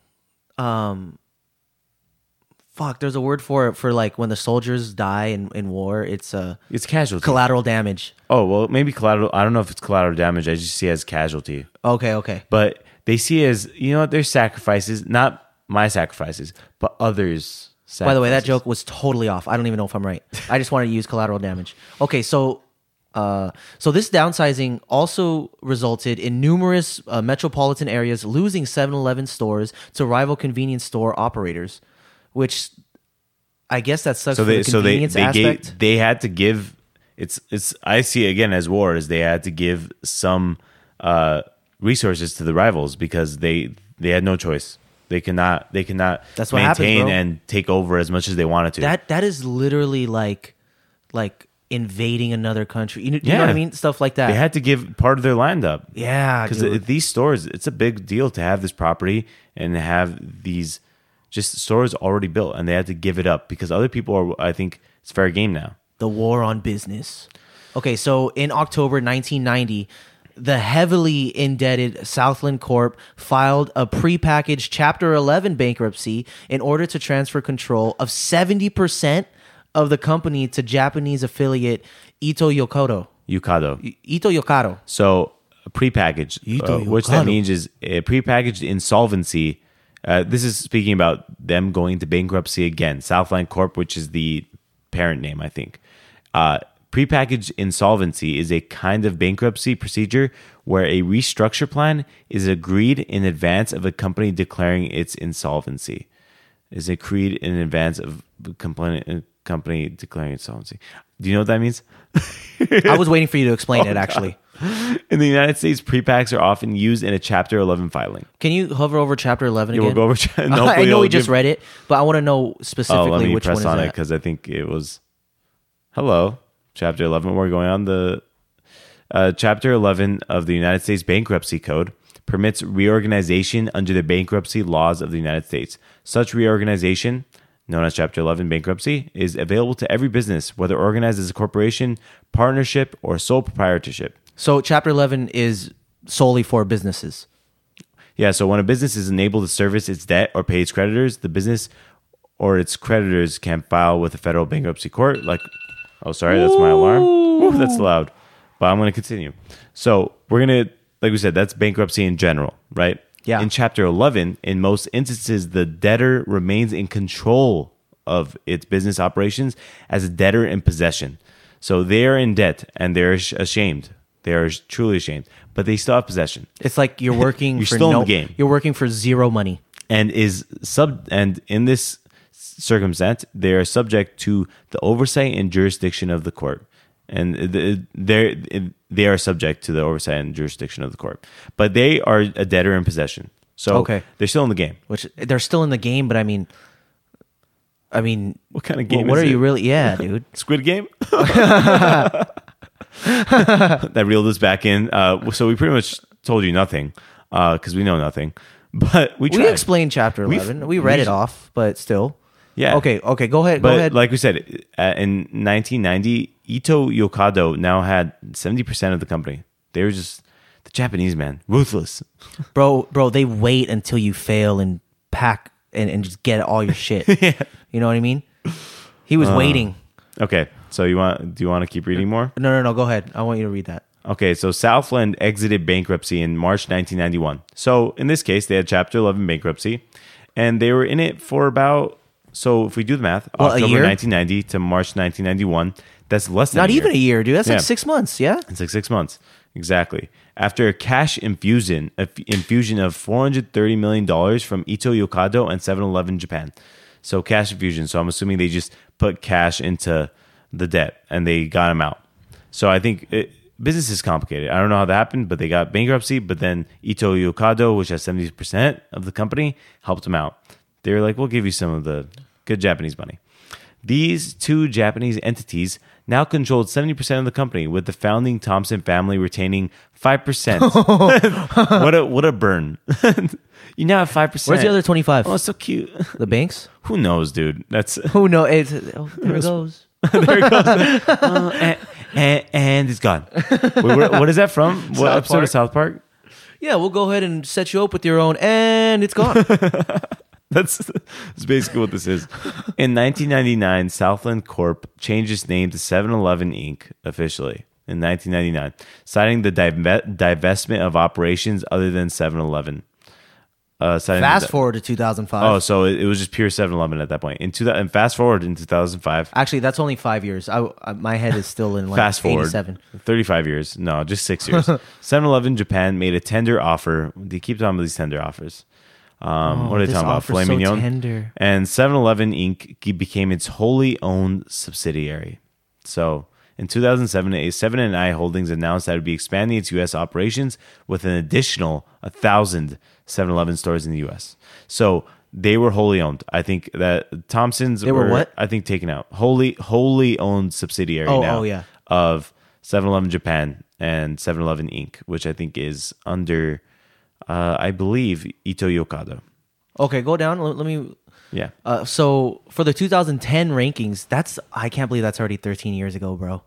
fuck. There's a word for it for like when the soldiers die in in war. It's uh,
it's casualty
collateral damage.
oh well maybe collateral i don't know if it's collateral damage i just see it as casualty
Okay, okay.
but they see it as you know what their sacrifices not my sacrifices but others sacrifices.
By the way, that joke was totally off. I don't even know if I'm right. I just wanted to use collateral damage. Okay, so uh, so this downsizing also resulted in numerous uh, metropolitan areas losing 7-Eleven stores to rival convenience store operators, which I guess that sucks
so
for
they
the
so they
convenience
they
aspect.
gave, they had to give it's it's I see it again as war is they had to give some uh resources to the rivals because they they had no choice they cannot they cannot
That's what happens,
maintain
bro.
and take over as much as they wanted to
That that is literally like like invading another country. You, know- you know what I
Yeah.
mean? Stuff like that.
they had to give part of their land up
yeah,
because
dude.
these stores it's a big deal to have this property and have these just stores already built and they had to give it up because other people are I think it's fair game now
the war on business. Okay, so in October 1990, the heavily indebted Southland Corp filed a prepackaged Chapter 11 bankruptcy in order to transfer control of 70% of the company to Japanese affiliate Ito Yokoro.
Yukado
Ito
<laughs>
Yokaro.
So prepackaged,
Ito
uh, which that
Yokado.
means is a prepackaged insolvency. Uh, this is speaking about them going to bankruptcy again. Southland Corp, which is the parent name, I think. Uh, prepackaged insolvency is a kind of bankruptcy procedure where a restructure plan is agreed in advance of a company declaring its insolvency. Is agreed in advance of the complainant- company declaring insolvency. Do you know what that means?
I was waiting for you to explain
Oh,
it actually.
In the United States, prepacks are often used in a Chapter 11 filing.
Can you hover over chapter 11 again?
we'll go over <laughs> cha- and
<laughs> I
hopefully
know
it'll
we just
give-
read it, but I want to know
Oh,
specifically
let me
which one
press
is
on it
that.
because I think it was. Hello, Chapter 11. We're going on the. Uh, Chapter 11 of the United States Bankruptcy Code permits reorganization under the bankruptcy laws of the United States. Such reorganization, known as Chapter 11 bankruptcy, is available to every business, whether organized as a corporation, partnership, or sole proprietorship.
So chapter 11 is solely for businesses.
Yeah, so when a business is unable to service its debt or pay its creditors, the business or its creditors can file with the federal bankruptcy court. Like, oh, sorry, that's my alarm. Ooh, that's loud. But I'm going to continue. So we're going to, like we said, that's bankruptcy in general, right?
Yeah.
In Chapter 11, in most instances, the debtor remains in control of its business operations as a debtor in possession. So they are in debt and they're ash- ashamed. They are truly ashamed, but they still have possession.
It's like you're working
<laughs> You're
for
still in
no
the game.
You're working for zero money.
and is sub and in this circumstance they are subject to the oversight and jurisdiction of the court and the- they're they are subject to the oversight and jurisdiction of the court but they are a debtor in possession so
Okay.
they're still in the game
Which they're still in the game, but I mean I mean
what kind of
wh-
game
what
is
are
it?
you
<laughs>
really Yeah, dude.
squid
<laughs>
game that reeled us back in uh, so we pretty much told you nothing because we know nothing but we,
We
tried.
explained chapter
We've-
11. we read
we-
it off, but still.
Yeah.
Okay, okay, go ahead.
But
go ahead.
like we said, uh, in 1990, Ito Yokado now had 70% of the company. They were just the Japanese man, ruthless.
bro, bro, they wait until you fail and pack and, and just get all
<laughs>
your shit. You know what I mean? He
Uh.
was waiting.
Okay, so you want? Do you want to keep reading more?
No, no, no. Go ahead. I want you to read that.
Okay, so Southland exited bankruptcy in March 1991. So in this case, they had Chapter 11 bankruptcy, and they were in it for about. So if we do the math,
Well, a
October
year?
1990 to March 1991, that's less than
Not
a
even a year, dude. That's
Yeah.
like six months. Yeah.
It's like six months. Exactly. After a cash infusion, a f- infusion of $430 million from Ito Yokado and 7 Eleven Japan. So, cash infusion. So, I'm assuming they just put cash into the debt and they got him out. So, I think it, business is complicated. I don't know how that happened, but they got bankruptcy. But then Ito Yokado, which has 70% of the company, helped them out. They were like, we'll give you some of the good Japanese money. These two Japanese entities now controlled 70% of the company, with the founding Thompson family retaining
<laughs>
5%. what a what a burn. <laughs> you now have 5%.
Where's the other twenty five?
Oh, it's so cute. <laughs>
The banks?
Who knows, dude?
<laughs>
That's <laughs>
Who knows? It's, <laughs> oh, there it goes.
and, and, and it's gone. Wait, what- what is that
<laughs>
from? What
South
episode
Park.
of South Park?
Yeah, we'll go ahead and set you up with your own, <laughs> and it's gone.
<laughs> That's, that's basically what this is. In 1999, Southland Corp changed its name to 7 Eleven Inc. officially in 1999, citing the dive- divestment of operations other than 7 Eleven. Uh, citing the
Fast
di-
forward to two thousand five.
Oh, so it, it was just pure 7 Eleven at that point. In two, thou- and fast forward in 2005.
Actually, that's only five years. I, I- my head is still in like
Fast forward
87.
35 years. No, just six years.
<laughs>
7 Eleven Japan made a tender offer. They keep talking about these tender offers. Um, what are they
Oh, this
talking about?
offer's
Filet
so
mignon?
tender.
And 7 Eleven Inc. ke- became its wholly owned subsidiary. So in 2007, a 7 and I Holdings announced that it would be expanding its U.S. operations with an additional 1,000 7 Eleven stores in the U.S. So they were wholly owned. I think that Thompson's
They were what?
I think taken out. Wholly wholly owned subsidiary
Oh,
now
oh, yeah.
of 7-Eleven Japan and 7-Eleven Inc., which I think is under, uh, I believe, Ito Yokado.
Okay, go down. Let, let me.
Yeah.
Uh, so for the 2010 rankings, that's I can't believe that's already 13 years ago, bro.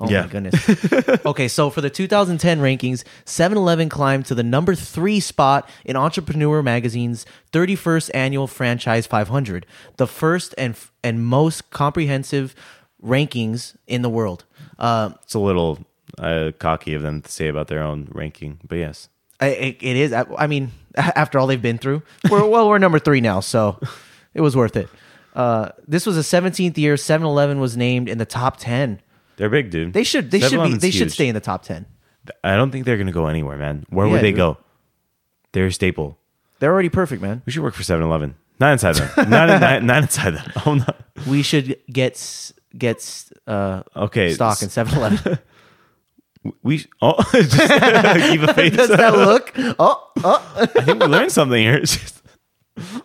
Oh
Yeah.
my goodness. okay, so for the 2010 rankings, 7-Eleven climbed to the number three spot in Entrepreneur Magazine's 31st annual Franchise 500, the first and f- and most comprehensive rankings in the world. Uh,
It's a little uh, cocky of them to say about their own ranking, but yes.
I, it, it is. I, I mean, <laughs> after all they've been through, we're, well, we're number three now, so it was worth it. Uh, this was the 17th year 7-Eleven was named in the top 10.
They're big, dude.
They should. They should be.
7-Eleven's
They should
huge.
stay in the top 10.
I don't think they're going to go anywhere, man. Where
Yeah,
would they
dude.
go? They're a staple.
They're already perfect, man.
We should work for 7-Eleven. Not inside them. <laughs> not, in, not, not inside them. Oh, no.
We should get s- get s- uh,
Okay.
stock
<laughs>
in 7-Eleven.
We oh <laughs> just keep a
<laughs>
face.
Does that look? Oh,
I think we learned something here. <laughs> It's just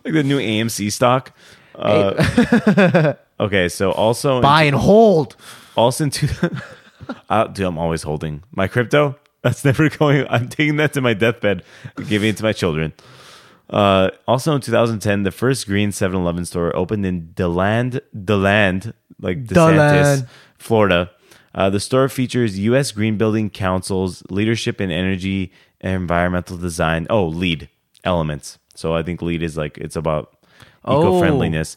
like the new AMC stock. Uh, okay, so also in,
buy and hold.
also in two, <laughs> uh, dude, I'm always holding my crypto. That's never <laughs> going. I'm taking that to my deathbed, giving it to my children. Uh, also in 2010, the first green 7-Eleven store opened in Deland, Deland, like DeSantis,
Deland.
Florida. Uh, the store features U.S. Green Building Council's leadership in energy and environmental design. Oh, LEED elements. So I think LEED is like it's about
Oh.
eco-friendliness.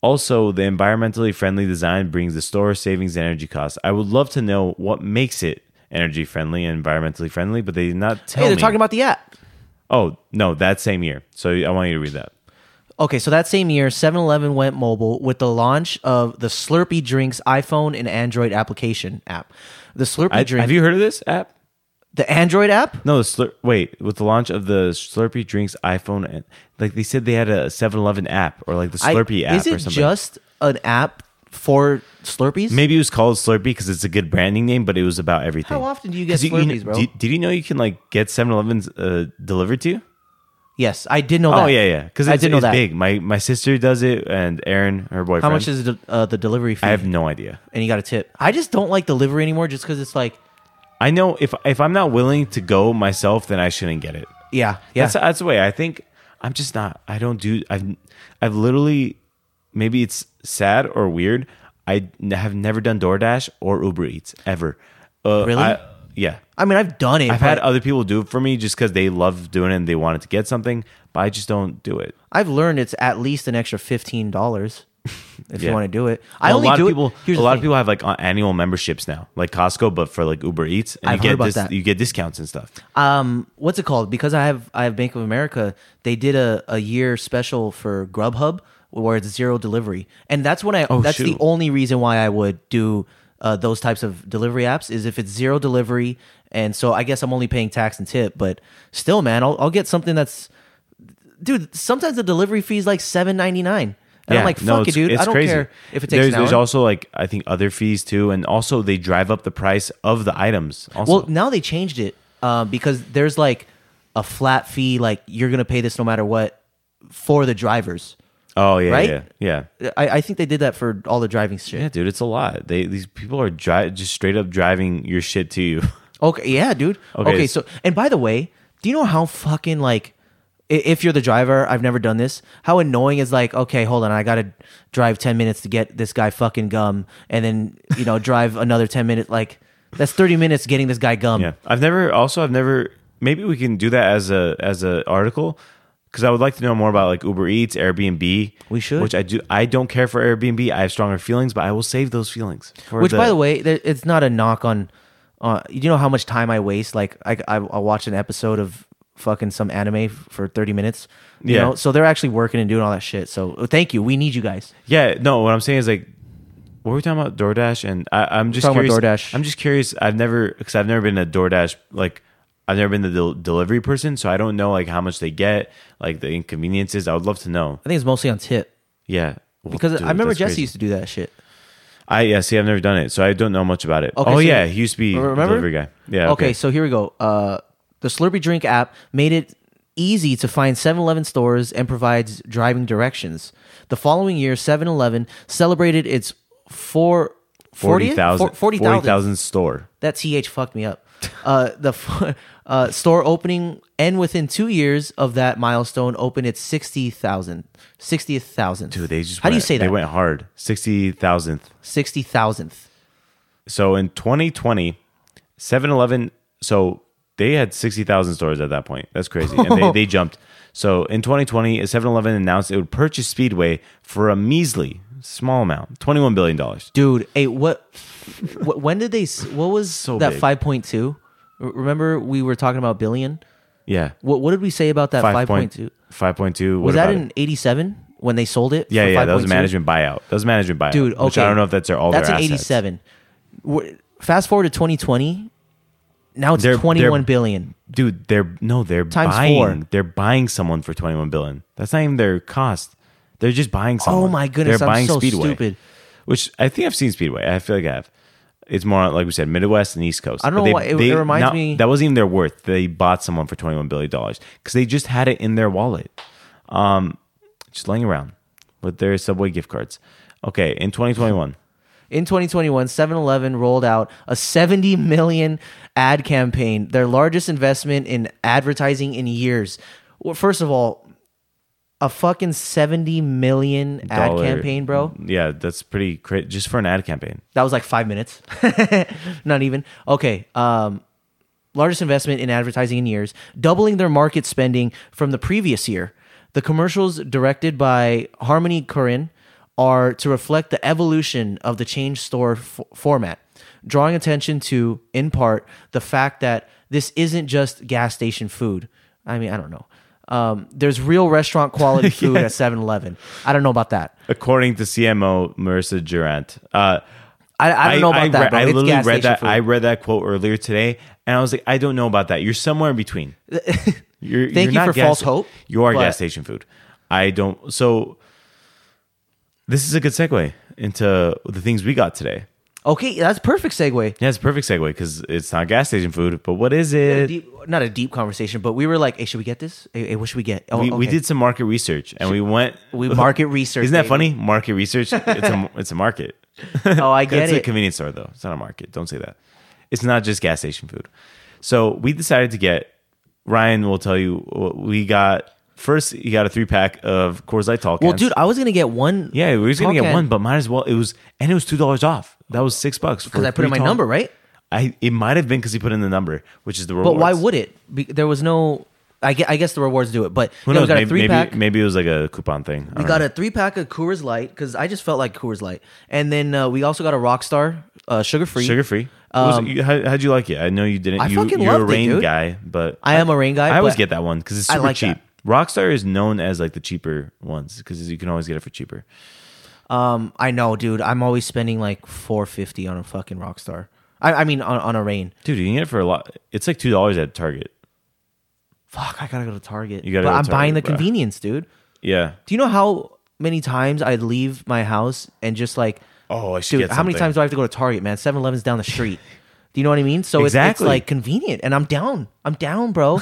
Also, the environmentally friendly design brings the store savings and energy costs. I would love to know what makes it energy friendly and environmentally friendly, but they did not tell
Hey, they're
me.
talking about the app.
oh no, that same year. So I want you to read that.
Okay, so that same year, 7 Eleven went mobile with the launch of the Slurpee Drinks iPhone and Android application app. The Slurpee
I,
Drink.
have you heard of this app?
the Android app?
No, the slur- wait. With the launch of the Slurpee drinks iPhone, and- like they said, they had a 7-Eleven app or like the
I-
Slurpee app
Is it
or something.
just an app for Slurpees?
Maybe it was called Slurpee because it's a good branding name, but it was about everything.
How often do you get
'Cause
Slurpees, bro?
Did, did you know you can like get 7-Elevens uh, delivered to you?
Yes, I did know that.
Oh yeah, yeah. Because
I
it's,
did know
it's
that.
big. My my sister does it, and Erin, her boyfriend.
How much is the, uh, the delivery fee?
I have no idea.
and you got a tip. I just don't like delivery anymore just because it's like,
I know if if I'm not willing to go myself, then I shouldn't get it.
yeah, yeah.
That's that's the way I think. I'm just not. I don't do. I've I've literally maybe it's sad or weird. I n- have never done DoorDash or Uber Eats ever. Uh,
Really?
I- yeah.
I mean, I've done it.
I've had
but
other people do it for me just because they love doing it and they wanted to get something, but I just don't do it.
I've learned it's at least an extra fifteen dollars if
Yeah.
you want to do it. I
Well,
only
a lot
do
of people.
It, here's
a
the
lot
thing.
of people have like uh, annual memberships now, like Costco, but for like Uber Eats, and
I've
you
heard
get
about
dis-
that.
you get discounts and stuff.
um, what's it called? Because I have I have Bank of America. They did a, a year special for Grubhub where it's zero delivery, and that's when I. that's the
Oh, shoot.
only reason why I would do uh, those types of delivery apps is if it's zero delivery, and so I guess I'm only paying tax and tip. But still, man, I'll, I'll get something that's, dude. Sometimes the delivery fee is like seven ninety nine. And I'm like, fuck
no,
it, dude. I don't care if it takes
There's,
an hour.
there's also like I think other fees too, and also they drive up the price of the items. Also,
Well, now they changed it uh, because there's like a flat fee, like you're gonna pay this no matter what for the drivers.
oh yeah,
right?
yeah, yeah,
I, I think they did that for all the driving shit.
yeah, dude. It's a lot. They these people are dri- just straight up driving your shit to you. <laughs>
Okay, yeah, dude.
Okay,
Okay,
s-
so and by the way, do you know how fucking like i- if you're the driver, I've never done this. How annoying is like, okay, hold on, I gotta drive ten minutes to get this guy fucking gum, and then you know <laughs> drive another ten minutes. Like that's thirty minutes getting this guy gum.
Yeah, I've never. Also, I've never. Maybe we can do that as a as a article because I would like to know more about like Uber Eats, Airbnb.
We should.
Which I do. I don't care for Airbnb. I have stronger feelings, but I will save those feelings. for
Which, by the way, there, it's not a knock on. Uh, you know how much time I waste? Like, I, I I'll watch an episode of fucking some anime f- for thirty minutes. You
Yeah.
know? So they're actually working and doing all that shit. So uh, thank you. We need you guys.
Yeah, no. What I'm saying is like, what were we talking about? DoorDash, and I, I'm just
Talking
curious.
about DoorDash.
I'm just curious. I've never because I've never been a DoorDash like. I've never been the del- delivery person, so I don't know like how much they get, like the inconveniences. I would love to know.
I think it's mostly on tip
Yeah, Well,
because
dude,
I remember
that's
Jesse
crazy.
used to do that shit.
I yeah, see, I've never done it, so I don't know much about it.
Okay,
oh
so-
yeah, he used to be a
Remember?
delivery guy. Yeah.
Okay, so here we go. Uh, the Slurpee Drink app made it easy to find 7-Eleven stores and provides driving directions. The following year, 7-Eleven celebrated its four.
40,000
40,000 40,
40,000 store.
That th fucked me up. Uh, the f- <laughs> uh, store opening and within two years of that milestone, opened its sixty thousand, sixtieth thousand.
Dude, they just
how do you
went-
say
They
that?
went hard. 60,000th.
Sixty thousandth.
So in 2020, 7-Eleven, so they had 60,000 stores at that point. That's crazy. And
<laughs>
they, they jumped. So in 2020, 7-Eleven announced it would purchase Speedway for a measly small amount, $21 billion.
Dude, hey, what? what when did they? s- What was that
big.
five point two? Remember we were talking about billion.
Yeah.
What what did we say about that five point two?
5.2.
Was that in eighty seven when they sold it?
Yeah,
for
yeah, that was a
5.2?
management buyout. That was a management buyout.
Dude, okay.
Which I don't know if that's their all
That's
their
an
assets.
eighty-seven. We're- Fast forward to twenty twenty. Now it's
They're- they're-
twenty-one billion.
dude they're no they're
Times
buying
four.
they're buying someone for 21 billion that's not even their cost they're just buying someone
Oh my goodness,
they're
I'm
buying
so
speedway
stupid.
which i think i've seen speedway i feel like i have it's more like we said midwest and east coast
I don't know
But they-
why- it-
they-
it reminds
not-
me-
that wasn't even their worth they bought someone for 21 billion dollars because they just had it in their wallet um just laying around with their subway gift cards okay in 2021
In 2021, 7-Eleven rolled out a 70 million ad campaign, their largest investment in advertising in years. Well, first of all, a fucking 70 million ad
dollar-
campaign, bro.
yeah that's pretty cra- just for an ad campaign
That was like 5 minutes. <laughs> Not even. Okay, um largest investment in advertising in years, doubling their market spending from the previous year. The commercials directed by Harmony Korine are to reflect the evolution of the change store f- format, drawing attention to, in part, the fact that this isn't just gas station food. I mean, I don't know. Um, there's real restaurant
<laughs>
quality food at 7 Eleven. I don't know about that.
according to cmo marissa durant uh
I, I don't know about that.
read-
Bro.
I
It's
literally
gas
read
station
that.
Food.
I read that quote earlier today, and I was like, I don't know about that. You're somewhere in between. You're,
<laughs> Thank you for false hope,
You are
but-
gas station food. I don't. So this is a good segue into the things we got today.
okay, that's perfect segue.
Yeah, it's a perfect segue because it's not gas station food, but what is it?
deep, not a deep conversation, but we were like, "Hey, should we get this? Hey, hey, what should we get?" Oh,
we, we
okay.
did some market research and we went. <laughs>
We market research.
Isn't that
baby.
funny? Market research. It's
<laughs>
a it's a market. <laughs>
Oh, I get
it's a
it.
convenience store though. It's not a market. Don't say that. It's not just gas station food. So we decided to get. Ryan will tell you. We got first. You got a three pack of Coors Light tall cans.
well, dude, I was gonna get one.
yeah, we was gonna
tall
get
can
one, but might as well. It was and it was two dollars off. That was six bucks
because I put in my number right.
I it might have been because he put in the number, which is the
But
rewards.
why would it? Be, there was no. I guess, I guess the rewards do it, but
Who
you know,
knows?
we got
Maybe,
a three
maybe,
pack.
maybe it was like a coupon thing.
We got a three pack of Coors Light because I just felt like Coors Light, and then uh, we also got a Rockstar uh, sugar free.
sugar free.
Um,
how, how'd you like it? I know you didn't.
I
you,
fucking
you're a
loved it,
rain
dude.
guy, but
I am a rain guy.
I always
but
get that one because it's
I
super
like
cheap.
that.
Rockstar is known as like the cheaper ones because you can always get it for cheaper.
Um, I know, dude. I'm always spending like four fifty on a fucking Rockstar. I, I mean, on, on a rain.
Dude, you can get it for a lot. It's like two dollars at Target.
Fuck, I gotta go to Target.
You gotta
but
go to
I'm buying the
Target, bruh.
convenience, dude.
Yeah.
Do you know how many times I leave my house and just like,
Oh, I should
dude,
get
how many
something.
times do I have to go to Target, man? 7 Eleven's down the street. do you know what I mean? So it's- it's,
Exactly.
like convenient, and I'm down. I'm
<laughs>
down, bro.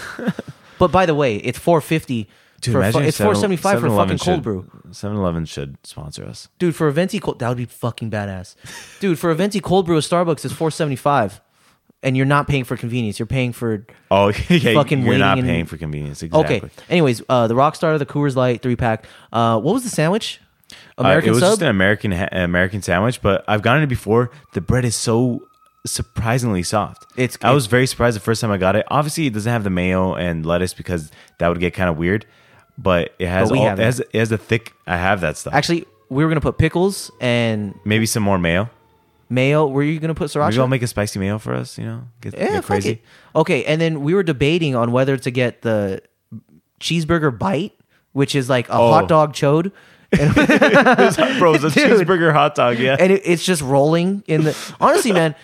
but by the way, it's four fifty.
Dude,
for a fu-
imagine
it's four seventy five for a fucking cold brew,
7 Eleven should sponsor us.
dude. For a venti cold, that would be fucking badass, dude. For a venti cold brew at Starbucks, it's four seventy five, and you're not paying for convenience. You're paying for
Oh, <laughs> yeah.
Fucking
you're not
waiting and-
paying for convenience. Exactly.
Okay. Anyways, uh, the Rockstar, the Coors Light three pack. Uh, what was the sandwich?
Uh,
American
it was
sub.
just an American ha- American sandwich, but I've gotten it before. The bread is so surprisingly soft.
It's-
I was very surprised the first time I got it. Obviously, it doesn't have the mayo and lettuce because that would get kind of weird. But it has
But we
all,
have
it has, it has a thick. I have that stuff.
Actually, we were gonna put pickles and
Maybe some more mayo.
mayo. Were you gonna put sriracha?
Maybe I'll make a spicy mayo for us. You know, get,
yeah,
get
fuck
crazy.
it. Okay, and then we were debating on whether to get the cheeseburger bite, which is like a
Oh.
hot
<laughs>
dog chode,
Bro, it's a
<laughs> Dude.
cheeseburger hot dog. Yeah,
and it, it's just rolling
<laughs>
in the. Honestly, man,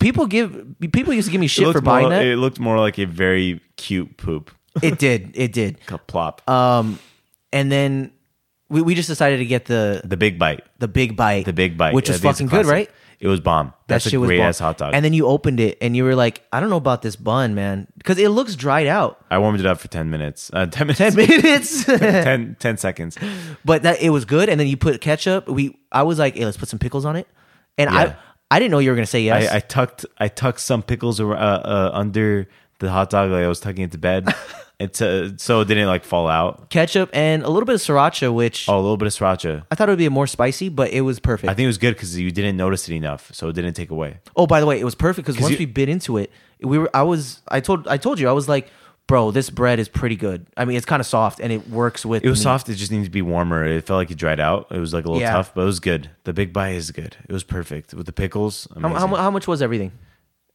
people give people used to give me
it
shit
looked
for buying
more,
that.
It looked more like a very cute poop.
it did. It did.
Like a plop.
Um, and then we, we just decided to get the
the big bite.
the big bite,
The big bite.
which
I
was
think it's a
fucking good,
classic.
right?
It was bomb. That's
that
a
shit was
great
bomb.
ass hot dog.
And then you opened it and you were like, I don't know about this bun, man, because it looks dried out. <laughs>
I warmed it up for 10 minutes. Uh, <laughs> 10 minutes. 10,
Ten minutes,
10, 10 seconds.
<laughs> but that it was good. And then you put ketchup. We, I was like, hey, let's put some pickles on it. And
Yeah.
I, I didn't know you were gonna say yes.
I, I tucked I tucked some pickles ar- uh, uh, under the hot dog like I was tucking it to
<laughs>
bed. it's, uh, so it didn't like fall out.
ketchup and a little bit of sriracha, which
Oh, a little bit of sriracha.
I thought it would be more spicy, but it was perfect.
I think it was good because you didn't notice it enough, so it didn't take away.
Oh, by the way, it was perfect because once
you-
we bit into it, we were. I was. I told. I told you. I was like, bro, this bread is pretty good. I mean, it's kind of soft and it works with.
It was
meat.
soft. It just needed to be warmer. It felt like it dried out. It was like a little
Mm. Yeah.
tough, but it was good. The big bite is good. It was perfect with the pickles.
How, how,
amazing.
mu- how much was everything?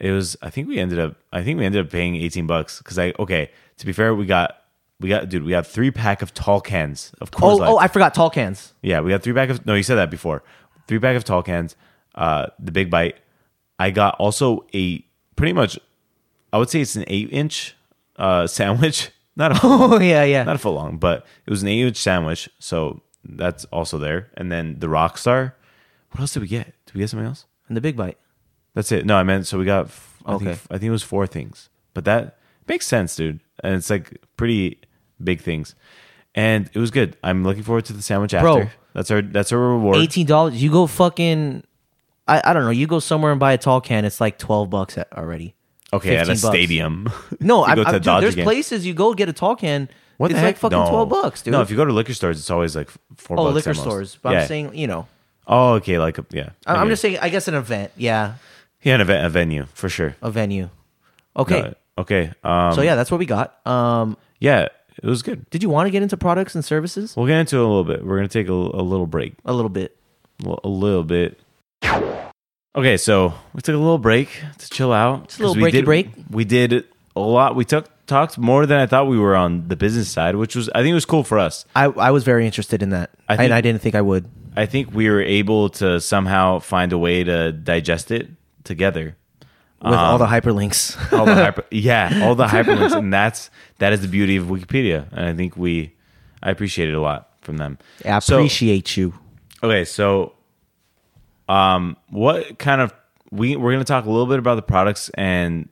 it was i think we ended up i think we ended up paying 18 bucks because i okay to be fair we got we got dude we got three pack of tall cans of course
Oh, oh, I forgot tall cans.
yeah we got three pack of no you said that before three pack of tall cans uh the big bite i got also a pretty much i would say it's an eight inch uh <laughs> sandwich not a
<laughs> Oh yeah, yeah.
not a foot long, but it was an eight inch sandwich, so that's also there. And then the Rockstar. What else did we get? Did we get something else?
and the big bite.
That's it. No, I meant so we got. f- I
Okay.
think, I think it was four things, but that makes sense, dude. And it's like pretty big things, and it was good. I'm looking forward to the sandwich after.
Bro.
That's our that's our reward.
Eighteen dollars. You go fucking. I, I don't know. You go somewhere and buy a tall can. It's like twelve bucks a- already.
okay, at a
15 bucks.
stadium. <laughs>
No,
You
I,
go to
I,
a
dude,
Dodger
there's
game.
places you go get a tall can.
What the
it's like
heck?
fucking
No.
twelve bucks, dude.
No, if you go to liquor stores, it's always like four.
oh,
bucks
liquor
at most.
stores. But
Yeah.
I'm saying, you know,
Oh, okay, like a- yeah.
I- I'm
okay.
just saying. I guess an event. Yeah,
yeah, an event, a venue for sure.
a venue. Okay.
Uh, okay. Um,
So yeah, that's what we got. Um,
yeah, it was good.
did you want to get into products and services
We'll get into it a little bit. We're gonna take a, a little break.
a little bit?
Well, a little bit. Okay, so we took a little break to chill out.
Just a little
'cause we
breaky
did,
break.
We did a lot. We took talked more than I thought we were on the business side, which was I think it was cool for us.
I I was very interested in that,
I think-
and I didn't think I would.
I think we were able to somehow find a way to digest it
<laughs>
together.
With all
Um,
the hyperlinks, <laughs>
All the hyper, yeah, all the hyperlinks, and that's that is the beauty of Wikipedia. And I think we, I appreciate it a lot from them.
I
So-
appreciate you.
Okay, so um what kind of we we're going to talk a little bit about the products and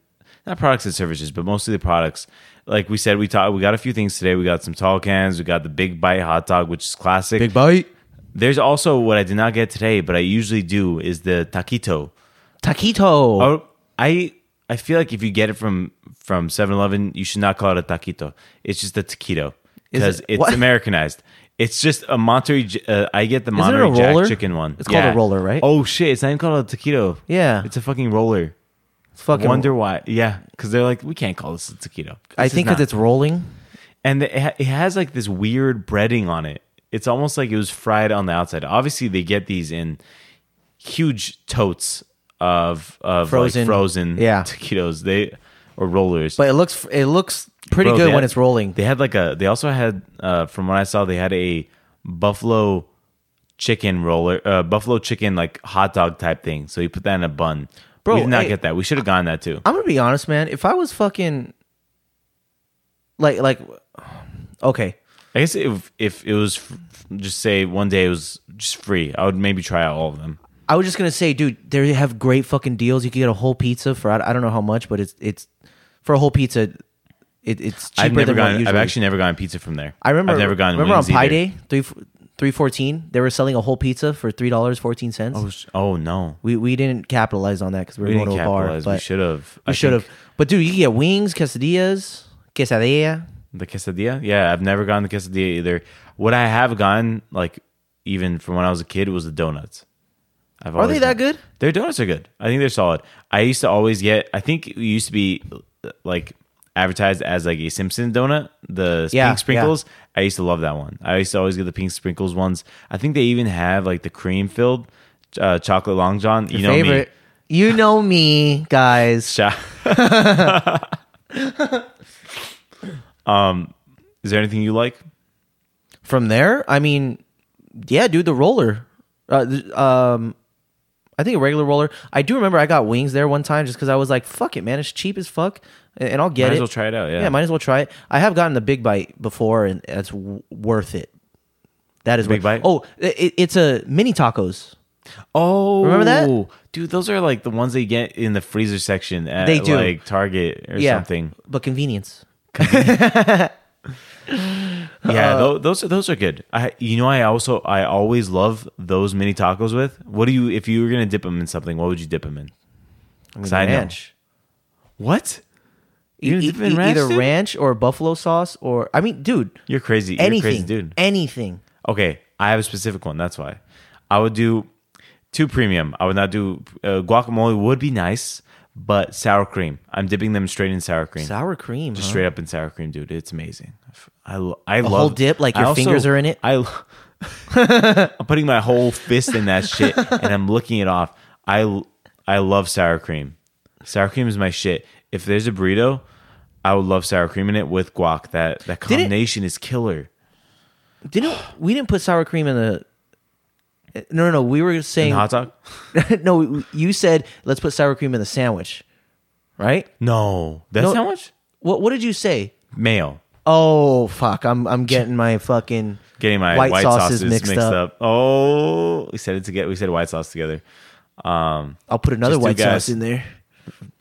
not products and services, but mostly the products. Like we said, we talked we got a few things today. We got some tall cans, we got the Big Bite hot dog, which is classic.
Big
<laughs>
bite.
There's also what I did not get today, but I usually do is the taquito.
Taquito.
Oh, I I feel like if you get it from from 7-Eleven, you should not call it a taquito. It's just a taquito
Is
because
it-
it's
what?
Americanized. It's just a Monterey. J- Uh, I get the
Isn't it a
Monterey Jack
roller?
chicken one.
It's called a roller, right?
Oh shit! It's not even called a taquito.
Yeah.
it's a fucking roller.
Fucking
Wonder why? Yeah, because they're like, we can't call this a taquito.
I
This is
think because
not-
it's rolling.
and it ha- it has like this weird breading on it. It's almost like it was fried on the outside. Obviously, they get these in huge totes of of
Frozen.
like frozen
<laughs> Yeah.
taquitos. They or rollers.
But it looks it looks pretty
Bro,
good
they
when
had-
it's rolling.
They had like a. They also had, uh, from what I saw, they had a buffalo chicken roller, uh, buffalo chicken like hot dog type thing. So you put that in a bun.
Bro,
we did not
hey,
get that. We should have gotten that too.
I'm gonna be honest, man. If I was fucking like like okay,
I guess if if it was f- f- just say one day it was just free, I would maybe try out all of them.
I was just gonna say, dude, they have great fucking deals. You can get a whole pizza for I I don't know how much, but it's it's for a whole pizza. It, it's cheaper
I've never
than
gotten.
what usually.
I've actually never gotten pizza from there.
I remember.
I've never gotten.
Remember
wings
on Pie
either.
Day three three fourteen, they were selling a whole pizza for three dollars fourteen cents.
Oh, sh- oh no,
we we didn't capitalize on that because we were
we
going
didn't
to a bar.
capitalize.
But
we should have.
We should have. But dude, you can get wings, quesadillas, quesadilla.
The quesadilla? Yeah, I've never gotten the quesadilla either. What I have gotten, like even from when I was a kid, was the donuts. I've
Are they
always-
that good?
Their donuts are good. I think they're solid. I used to always get. I think it used to be uh, like advertised as like a Simpson donut, the
Yeah, yeah.
pink sprinkles. I used to love that one. I used to always get the pink sprinkles ones. I think they even have like the cream filled uh, chocolate long john. you know me.
Favorite. You know me, guys.
Sha- um, is there anything you like?
From there, I mean, yeah, dude, the roller. Uh, th- um, I think a regular roller. I do remember I got wings there one time just because I was like, "Fuck it, man! It's cheap as fuck, and and I'll get
Might
it."
as well try it out. Yeah.
Yeah, might as well try it. I have gotten the big bite before, and that's w- worth it. That is
Big Bite?
worth- Oh, it, it's a mini tacos.
oh,
Remember that?
dude? Those are like the ones they get in the freezer section at
They do.
like Target or
yeah,
something.
but convenience.
Yeah, tho- those are those are good. I you know I also I always love those mini tacos with. What do you if you were gonna dip them in something? What would you dip them in? 'Cause I know.
ranch.
What? You gonna
E-
dip it in
e-
ranch,
either
dude?
ranch or buffalo sauce, or I mean, dude,
You're crazy. You're
anything,
crazy, dude.
anything.
Okay, I have a specific one. That's why I would do two premium. I would not do uh, guacamole. Would be nice, but sour cream. I'm dipping them straight in sour cream.
Sour cream,
Just
huh?
straight up in sour cream, dude. It's amazing. I lo- I love
whole dip, like
I
your fingers are in it?
I lo- <laughs> I'm putting my whole fist in that shit and I'm licking it off. I l- I love sour cream. Sour cream is my shit. If there's a burrito, I would love sour cream in it with guac. That that
it-
combination is killer.
Didn't we didn't put sour cream in the? No, no, no. We were saying
And hot dog?
<laughs> no. we- You said let's put sour cream in the sandwich, right?
No, that's
No.
how much
What What did you say?
mayo.
Oh fuck! I'm I'm getting my fucking
Getting my white, sauces, mixed, up. Oh, we said it together. We said white sauce together. Um,
I'll put another
Just two
white
guys.
sauce in there.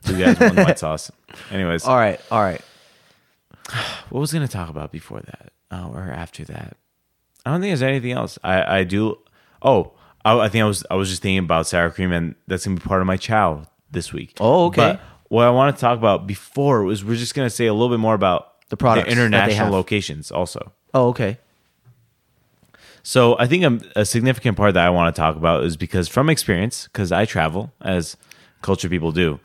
two guys, one
<laughs>
white sauce. Anyways,
All right, all right.
what was I gonna talk about before that oh, or after that? I don't think there's anything else. I I do. Oh, I, I think I was I was just thinking about sour cream, and that's gonna be part of my chow this week.
Oh, okay.
But what I want to talk about before was we're just gonna say a little bit more about
The products that they have.
international locations, also.
Oh, okay.
So I think a, a significant part that I want to talk about is because from experience, because I travel as culture people do,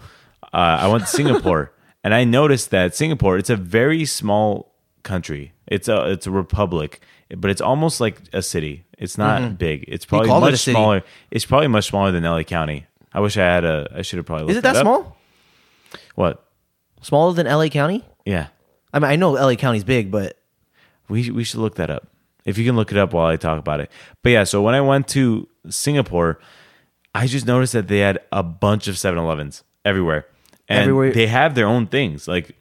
uh, I
<laughs>
went to Singapore and I noticed that Singapore it's a very small country. It's a it's a republic, but it's almost like a city. It's not big. It's probably
Mm-hmm. called it a
much
city.
smaller. It's probably much smaller than LA County. I wish I had a. I should have probably.
Is
looked
it that
up.
small?
What?
Smaller than LA County?
Yeah,
I mean, I know LA County's big, but
We we should look that up. If you can look it up while I talk about it. But yeah, so when I went to Singapore, I just noticed that they had a bunch of 7-Elevens everywhere. And
Everywhere.
they have their own things. Like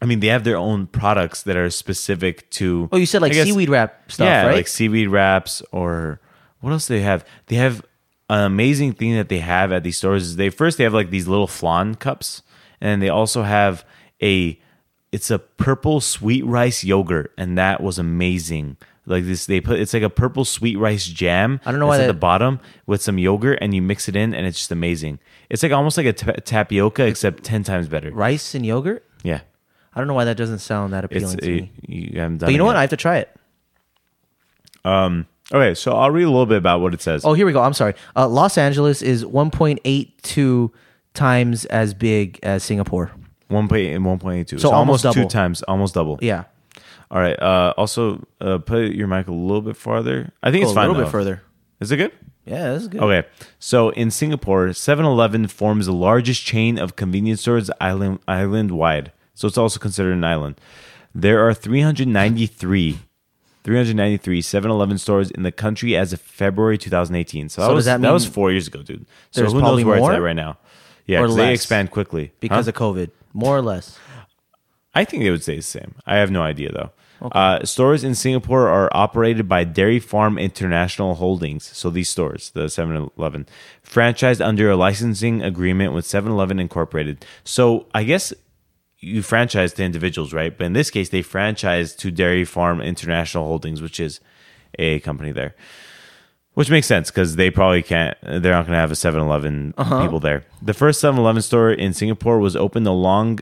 I mean, they have their own products that are specific to
oh, you said like
I guess-
seaweed wrap stuff,
yeah,
right?
like seaweed wraps or what else do they have? They have an amazing thing that they have at these stores is they first they have like these little flan cups and they also have a it's a purple sweet rice yogurt and that was amazing. Like this they put it's like a purple sweet rice jam.
I don't know
that's
why
at
that-
the bottom with some yogurt and you mix it in and it's just amazing. It's like almost like a ta- tapioca except 10 times better.
Rice and yogurt.
Yeah.
I don't know why that doesn't sound that
It's
appealing to
you,
me.
you haven't done
But you know
it
what? I
yet.
have to try it.
Okay, so I'll read a little bit about what it says.
Oh, here we go. I'm sorry. Uh, Los Angeles is 1.82 times as big as Singapore.
One point and one point eight two.
So almost
two
double.
times, almost double.
Yeah.
All right. Uh, also, uh, put your mic a little bit farther. I think
Go
it's fine.
Oh, A little
though. Oh,
bit further.
Is it good?
Yeah, that's good.
Okay. So in Singapore, 7-Eleven forms the largest chain of convenience stores island island wide. So it's also considered an island. There are 393 393 7-Eleven stores in the country as of February 2018. So, that
does
was
that
that,
mean
was 4 years ago, dude. So
there's
who knows
probably
where
more?
it's at right now? Yeah,
Or
'cause they
less?
expand quickly
Because
Huh?
of COVID, more or less.
I think they would stay the same. I have no idea though. Uh, stores in Singapore are operated by Dairy Farm International Holdings. So these stores, the 7-Eleven, franchised under a licensing agreement with 7-Eleven Incorporated. So I guess you franchise to individuals, right? But in this case, they franchise to Dairy Farm International Holdings, which is a company there. Which makes sense because they probably can't, they're not going to have a 7 11
Uh-huh.
people there. The first 7 Eleven store in Singapore was opened along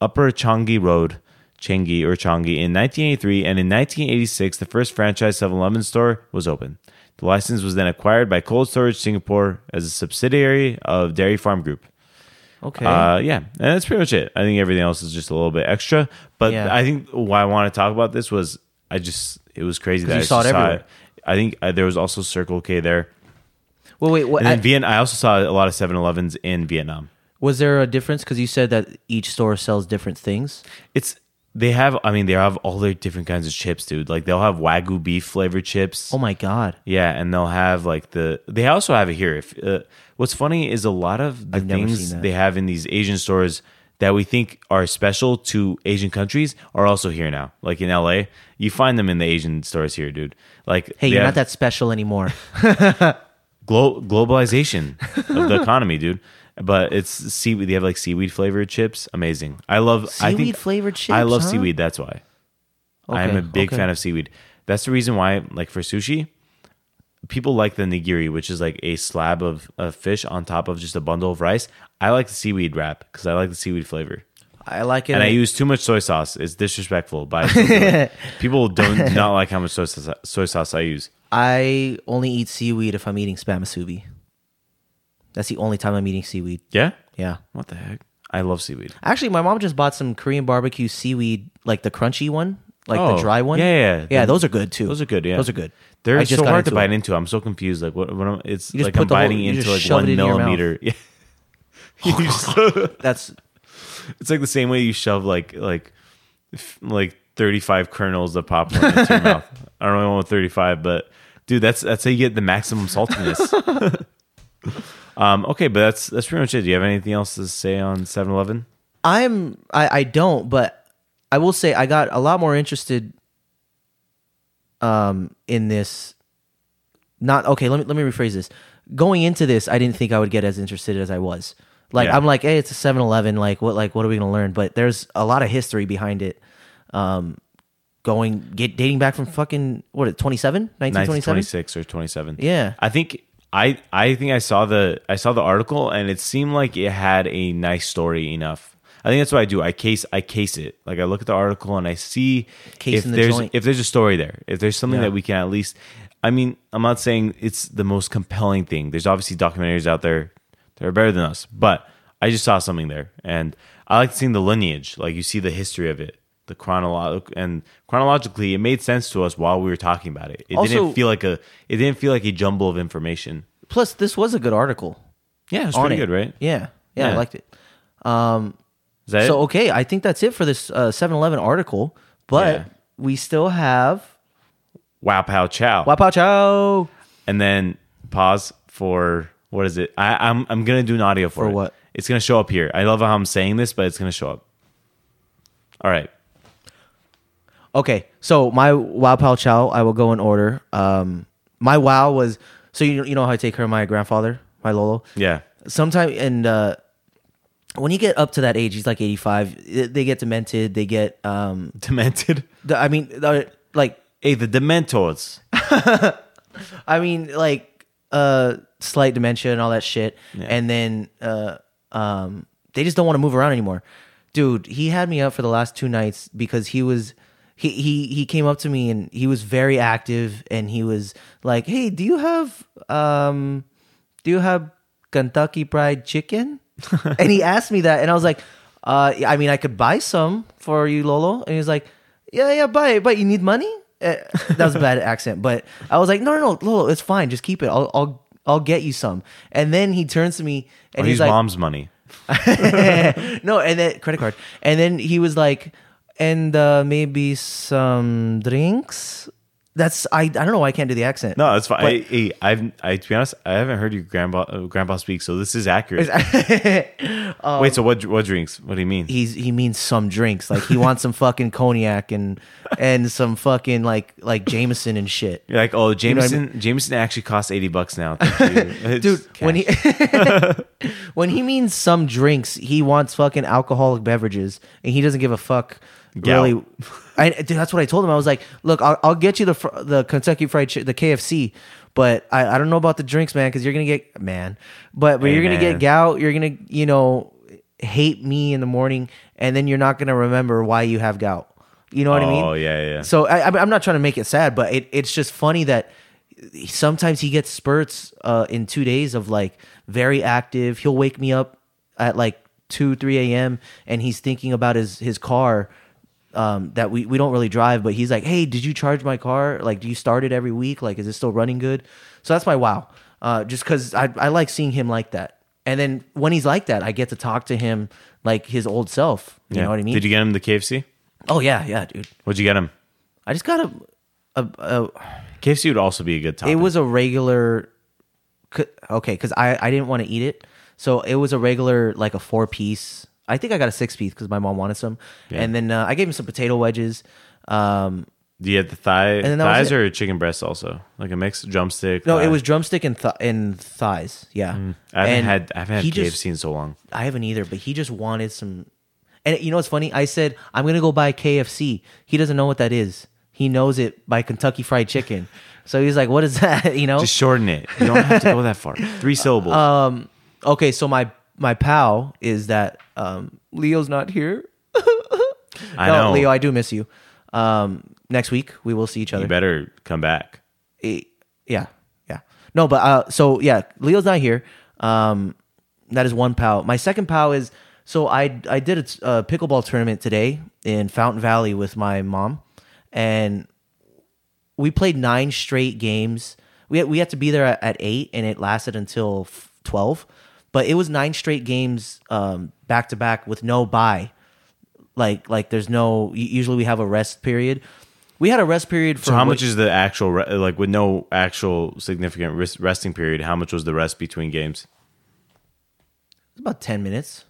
Upper Changi Road, Changi or Changi, in 1983. And in 1986, the first franchise 7 Eleven store was opened. The license was then acquired by Cold Storage Singapore as a subsidiary of Dairy Farm Group.
Okay.
Uh, yeah, and that's pretty much it. I think everything else is just a little bit extra. But
Yeah.
I think why I want to talk about this was I just, it was crazy that
you
I
saw it
just
everywhere.
I think uh, there was also Circle K there.
well, wait. What,
And then
I-
Vietnam, I also saw a lot of 7-Elevens in Vietnam.
was there a difference? Because you said that each store sells different things.
It's they have. I mean, they have all their different kinds of chips, dude. Like they'll have wagyu beef flavored chips.
Oh my god!
Yeah, and they'll have like the. They also have it here. If uh, what's funny is a lot of the
I've never
things
seen that.
they have in these Asian stores that we think are special to Asian countries are also here now. Like in LA, you find them in the Asian stores here, dude. Like they
Hey, you're
have-
not that special anymore.
glo- globalization of the economy, dude. But it's seaweed. They have like seaweed flavored chips. Amazing. I love I think,
Seaweed-flavored
I
chips,
love
huh?
seaweed. That's why I am
Okay,
a big
okay.
fan of seaweed. That's the reason why, like for sushi, people like the nigiri, which is like a slab of, of fish on top of just a bundle of rice. I like the seaweed wrap because I like the seaweed flavor.
<laughs> I like it.
And I use too much soy sauce. It's disrespectful.
<laughs>
By people don't do not like how much soy sauce, soy sauce I use.
I only eat seaweed if I'm eating spamasubi. That's the only time I'm eating seaweed.
Yeah.
Yeah.
What the heck? I love seaweed.
Actually, my mom just bought some Korean barbecue seaweed, like the crunchy one, like
Oh,
the dry one.
yeah, yeah, yeah.
yeah. Those are good too.
Those are good. Yeah,
Those are good.
They're
I just
so
got
hard to
into
bite
it.
into. I'm so confused. Like what? what am, it's
You just
like I'm
put the whole-
biting
you
into
just
like
shove it
one
into your mouth.
millimeter. <laughs> Yeah. You
<laughs>
just-
That's
it's like the same way you shove like like f- like 35 kernels of popcorn
<laughs>
into your mouth. I don't really want 35, but dude, that's that's how you get the maximum saltiness.
<laughs>
um. Okay, but that's that's pretty much it. Do you have anything else to say on 7-Eleven?
I'm I, I don't, but I will say I got a lot more interested um in this not okay, let me let me rephrase this. Going into this, I didn't think I would get as interested as I was. Like
Yeah.
I'm like, hey, it's a 7-Eleven, like what like what are we gonna learn? But there's a lot of history behind it. Um going get dating back from fucking what 27? 1927?
1926 or 27
Yeah.
i think i i think i saw the i saw the article and it seemed like it had a nice story enough i think that's what i do i case i case it like i look at the article and i see
Case
if
in the
there's
joint.
if there's a story there if there's something
Yeah.
that we can at least i mean i'm not saying it's the most compelling thing there's obviously documentaries out there that are better than us but i just saw something there and i like seeing the lineage like you see the history of it the chronolog and chronologically it made sense to us while we were talking about it it
Also-
didn't feel like a it didn't feel like a jumble of information.
Plus this was a good article.
Yeah, it's
on
pretty
it.
good, right?
Yeah. Yeah, I
Yeah.
liked it.
Is that
So
it?
okay, I think that's it for this uh, 7-Eleven article, but
Yeah.
we still have
Wow, pow, chow,
Wapow Chow.
and then pause for what is it? I, I'm I'm gonna do an audio for,
For
it.
what?
It's gonna show up here. I love how I'm saying this, but it's gonna show up. All right,
Okay, so my Wow Pow Chow, I will go in order. Um, my Wow was so you you know how I take care of my grandfather, my Lolo. <laughs>
yeah,
Sometime and uh, when you get up to that age, he's like eighty five. They get demented. They get um,
demented.
the- I mean, they're, like
Hey, the Dementors.
I mean, like uh, slight dementia and all that shit, and then uh, um, they just don't want to move around anymore. Dude, he had me up for the last two nights because he was he he he came up to me and he was very active and he was like, "Hey, do you have um, do you have Kentucky Fried Chicken?" <laughs> and he asked me that, and I was like, uh, yeah, I mean, I could buy some for you, Lolo. And he was like, Yeah, yeah, buy it, but you need money. Eh, that was a bad accent, but I was like, No, no, no, Lolo, it's fine. Just keep it. I'll, I'll, I'll get you some. And then he turns to me and
I'll
he's
use
like,
mom's money.
no, and then credit card. And then he was like, and uh, maybe some drinks. That's I. I don't know. why I can't do the accent.
No, that's fine. I, hey, I've, I, to be honest, I haven't heard your grandpa, uh, grandpa speak, so this is accurate.
<laughs>
Wait, so what? What drinks? What do you mean?
he's Um, he means some drinks. Like he wants some fucking cognac and and some fucking like like Jameson and shit.
You're like, oh,
know what I
Jameson. Jameson actually costs eighty bucks now. Thank you. It's
<laughs> Dude, when
cash. <laughs>
he <laughs> when he means some drinks, he wants fucking alcoholic beverages, and he doesn't give a fuck.
Gal.
Really, I, dude, that's what I told him. I was like, "Look, I'll, I'll get you the fr- the Kentucky Fried Chi- the KFC, but I, I don't know about the drinks, man, because you're gonna get man, but but
Hey,
you're gonna
man.
get gout. You're gonna you know hate me in the morning, and then you're not gonna remember why you have gout. You know what I mean?
Oh, yeah, yeah, yeah.
So I, I'm- I'm not trying to make it sad, but it, it's just funny that sometimes he gets spurts uh, in two days of like very active. He'll wake me up at like two, three a.m. and he's thinking about his his car um, that we we don't really drive, but he's like, "Hey, did you charge my car? Like, do you start it every week? Like, is it still running good?" So that's my wow, uh, just because I I like seeing him like that. And then when he's like that, I get to talk to him like his old self. You
Yeah.
know what I mean?
Did you get him the KFC?
oh yeah, yeah, dude.
What'd you get him?
I just got a, a, a
KFC would also be a good topic.
it was a regular, c- okay, because I, I didn't want to eat it. So it was a regular, like a four piece. I think I got a six piece because my mom wanted some. And then uh, I gave him some potato wedges. Um,
Do you get the thigh
then that was
thighs
it.
or chicken breasts also? Like a mixed drumstick.
no,
thigh.
it was drumstick and, th- and thighs. Yeah.
Mm. I haven't
And
had I haven't
he
had KFC
just-
in so long.
I haven't either, but he just wanted some. And you know what's funny? I said I'm gonna go buy KFC. He doesn't know what that is. He knows it by Kentucky
<laughs>
Fried Chicken. So he's like, "What is that?" <laughs> You know,
Just shorten it. You don't have to go that far.
<laughs>
Three syllables.
Uh, okay so my my pal is that um leo's not here
I
no
know.
leo i do miss you um next week we will see each
you
other
better come back.
Eh, yeah yeah no but uh so yeah leo's not here um that is one pal my second pal is so i i did a t- a pickleball tournament today in fountain valley with my mom and we played nine straight games. We had, we had to be there at, at eight, and it lasted until f- twelve. But it was nine straight games um, back to back with no bye. Like like there's no. u- Usually we have a rest period. We had a rest period for
So how much is the actual re- like with no actual significant res- resting period? How much was the rest between games?
about ten minutes.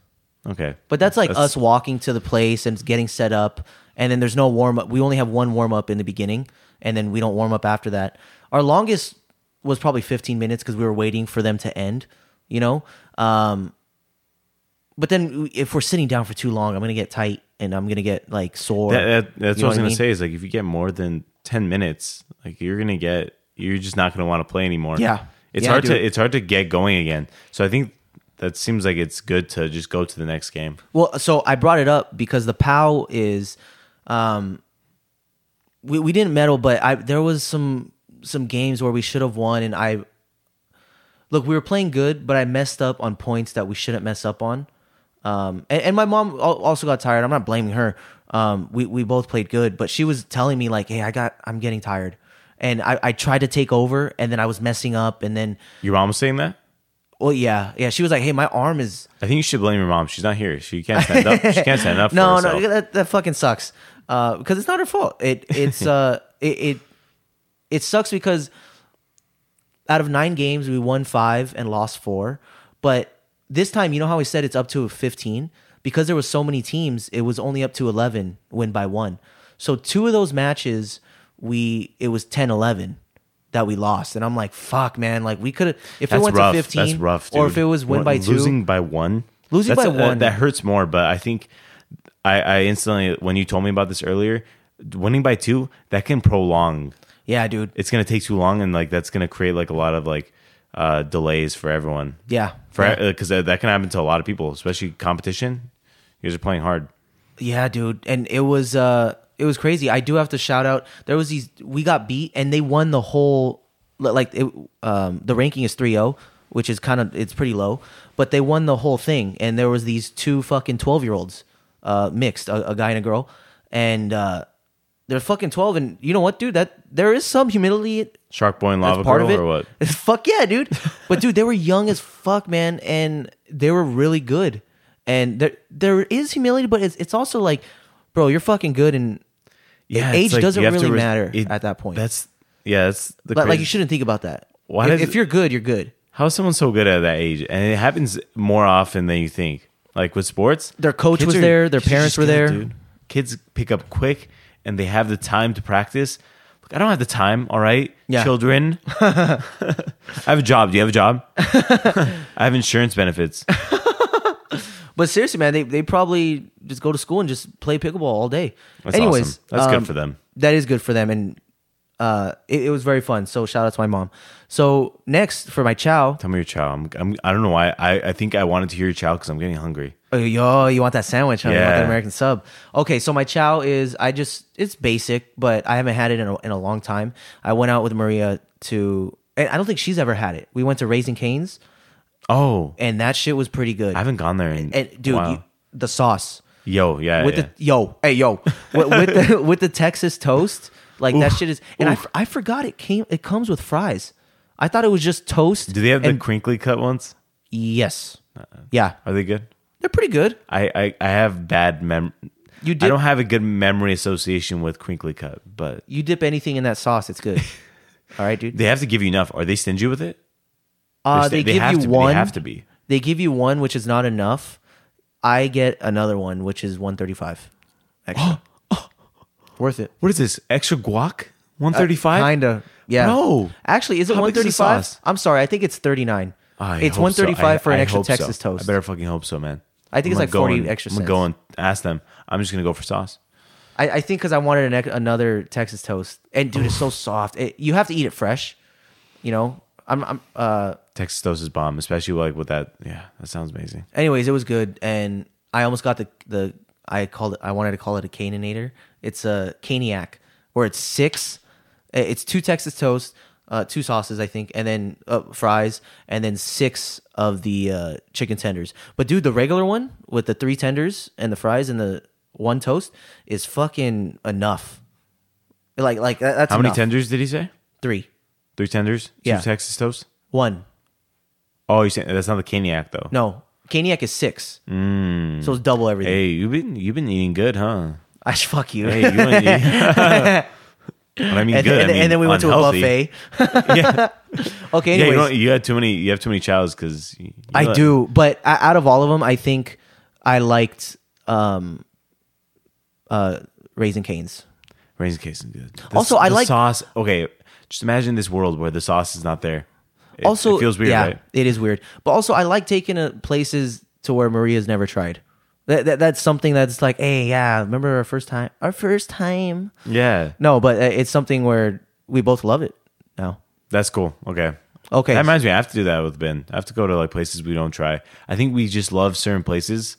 Okay,
But that's like
That's-
us walking to the place and getting set up, and then there's no warm up. We only have one warm up in the beginning, and then we don't warm up after that. Our longest was probably 15 minutes because we were waiting for them to end, you know. Um, but then if we're sitting down for too long, I'm gonna get tight and I'm gonna get like sore.
That- that- that's
You
what I
know
was
what I
gonna
mean?
say. Is like if you get more than ten minutes, like you're gonna get, you're just not gonna want to play anymore.
Yeah.
it's
Yeah,
hard to
dude.
it's hard to get going again. So I think that seems like it's good to just go to the next game.
Well, so I brought it up because the POW is, um, we we didn't medal, but I there was some some games where we should have won, and I look we were playing good, but I messed up on points that we shouldn't mess up on. Um, and, and my mom al- also got tired. I'm not blaming her. Um, we we both played good, but she was telling me like, hey, I got I'm getting tired, and I I tried to take over, and then I was messing up, and then
Your mom was saying that.
well yeah yeah she was like, hey, my arm is
I think you should blame your mom. She's not here. She can't stand up. She can't
<laughs>
stand up. For
no,
herself.
no, that, that fucking sucks. Because it's not her fault. It it's
<laughs>
uh it, it it sucks because out of nine games we won five and lost four, but this time you know how we said it's up to fifteen because there was so many teams. It was only up to eleven win by one. So two of those matches we it was 10-11 that we lost, and I'm like fuck man, like we could have if it
That's
went
rough.
to fifteen
That's rough. Dude.
or if it was win
Won-
by two.
losing by one,
Losing
That's-
by
uh,
one.
that hurts more. But I think I, I instantly when you told me about this earlier, winning by two that can prolong.
yeah, dude.
It's gonna take too long, and like that's gonna create like a lot of like uh delays for everyone.
Yeah.
for
Yeah.
because that can happen to a lot of people, especially competition. You guys are playing hard.
Yeah, dude, and it was uh it was crazy. I do have to shout out. There was these we got beat and they won the whole li- like it, um the ranking is 3-0. which is kind of it's pretty low. But they won the whole thing, and there was these two fucking twelve year olds, uh, mixed, a, a guy and a girl, and uh, they're fucking twelve. And you know what, dude? That there is some humility
Shark Boy and Lava
that's part
Girl
of it.
or what?
<laughs> Fuck yeah, dude. But dude, they were young as fuck, man, and they were really good. And there there is humility, but it's it's also like, bro, you're fucking good, and
Yeah,
age
it's like
doesn't
you have to
really
res-
matter
it-
at that point.
That's yeah, that's the
But, like you
crazy-
shouldn't think about that.
Why
if,
does-
if you're good, you're good.
How is someone so good at that age? And it happens more often than you think. Like with sports,
Their coach
kids
was there, their
kids are
parents
just
were
good,
there.
Kids pick up quick, and they have the time to practice. Look, I don't have the time. All right,
Yeah. <laughs>
children. I have a job. Do you have a job? I have insurance benefits.
But seriously, man, they, they probably just go to school and just play pickleball all day.
That's
Anyways, um,
awesome. That's good for them.
That is good for them, and uh, it, it was very fun. So shout out to my mom. So next for my chow,
Tell me your chow. I'm, I'm, I don't know why. I, I think I wanted to hear your chow because I'm getting hungry.
Oh, yo, you want that sandwich? Huh? You want
Yeah.
that American sub? Okay, so my chow is I just it's basic, but I haven't had it in a, in a long time. I went out with Maria to, and I don't think she's ever had it. We went to Raising Canes,
Oh,
and that shit was pretty good.
I haven't gone there in.
and dude,
a while.
you, the sauce
yo, yeah,
with
yeah.
the yo,
<laughs>
hey yo, with, with the with the Texas toast, like that shit is. And I, f- I forgot it came it comes with fries. I thought it was just toast.
Do they have
and-
the Uh-uh. crinkly cut ones?
yes? Yeah,
Are they good?
they're pretty good.
I, I, I have bad mem.
You
I
did-
don't have a good memory association with crinkly cut, but
You dip anything in that sauce,
<laughs>
it's good. All right, dude.
they have to give you enough. Are they stingy with it? They're
Uh,
sti-
they, give
have
you
to be.
one.
They have to be.
They give you one, which is not enough. I get another one, which is one thirty-five.
<gasps>
Extra. Worth it.
What is this extra guac? One thirty five.
Uh, Kinda. Yeah.
Bro,
Actually, is it
how
one
big's the
thirty-five?
sauce?
I'm sorry. I think it's thirty-nine. it's one thirty-five for an extra Texas toast.
I better fucking hope so, man.
I think it's
I'm
like 40
going-
extra
I'm
cents.
going ask them. I'm just gonna go for sauce.
I, I think because I wanted an, ex- another Texas toast, and dude,
<sighs>
it's so soft. It, you have to eat it fresh. You know. I'm. I'm. Uh.
Texas toast is bomb, especially like with that. Yeah, that sounds amazing.
anyways, it was good, and I almost got the the I called it. I wanted to call it a caninator. It's a caniac where it's six. eh, It's two Texas toast, uh, two sauces, I think, and then uh, fries, and then six of the uh, chicken tenders. But dude, the regular one with the three tenders and the fries and the one toast is fucking enough. Like like that- that's
How many
enough.
tenders did he say?
Three.
Three tenders.
Yeah.
Two Texas toast.
One.
Oh, you saying that's not the caniac though?
No. Caniac is six. So it's double everything.
Mm.
<laughs>
Hey, you've been you've been eating good, huh?
I should fuck you.
Hey,
<laughs>
you <laughs> want to eat? I mean,
and,
good. I
and-
mean,
and then we went
unhealthy.
to a
<laughs>
buffet. <laughs> Okay.
Yeah, you,
Anyways,
don't- you had too many. You have too many chows because
I do, but I, out of all of them, I think I liked um, uh, Raising Canes.
Raisin case is good. The-
Also, I
the
like-
sauce. Okay, just imagine this world where the sauce is not there. It,
Also,
it feels weird,
Yeah,
right?
it is weird. But also, I like taking it places to where Maria's never tried. That, that that's something that's like, hey, yeah, remember our first time? Our first time.
Yeah,
No, but uh, it's something where we both love it. now.
that's cool. Okay.
Okay.
That reminds me. I have to do that with Ben. I have to go to like places we don't try. I think we just love certain places.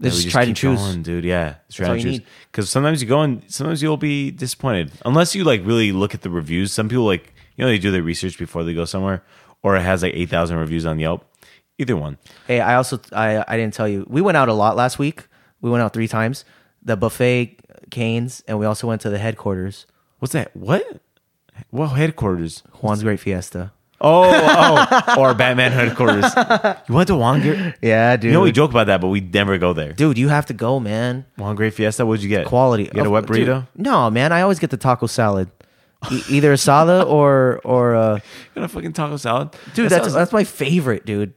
that
It's
we
tried and
keep
choose.
going, dude. Yeah, it's try
all
and
you
choose.
need.
Because sometimes you go and sometimes you'll be disappointed unless you like really look at the reviews. Some people like you know they do their research before they go somewhere, or it has like eight thousand reviews on Yelp. Either one.
Hey, I also I I didn't tell you. We went out a lot last week. We went out three times. The buffet, Canes, and we also went to the headquarters,
What's that? What? Well, headquarters.
Juan's Great Fiesta.
Oh, oh, or Batman headquarters. You went to Wonger?
Yeah, dude.
You know we joke about that, but we never go there.
dude, you have to go, man.
Wangre Fiesta. What'd you get?
Quality.
You got a wet
Dude,
burrito.
no, man. I always get the taco salad, E- either asada <laughs> or or uh,
You got a fucking taco salad.
dude.
That
that's
sounds-
that's my favorite, dude.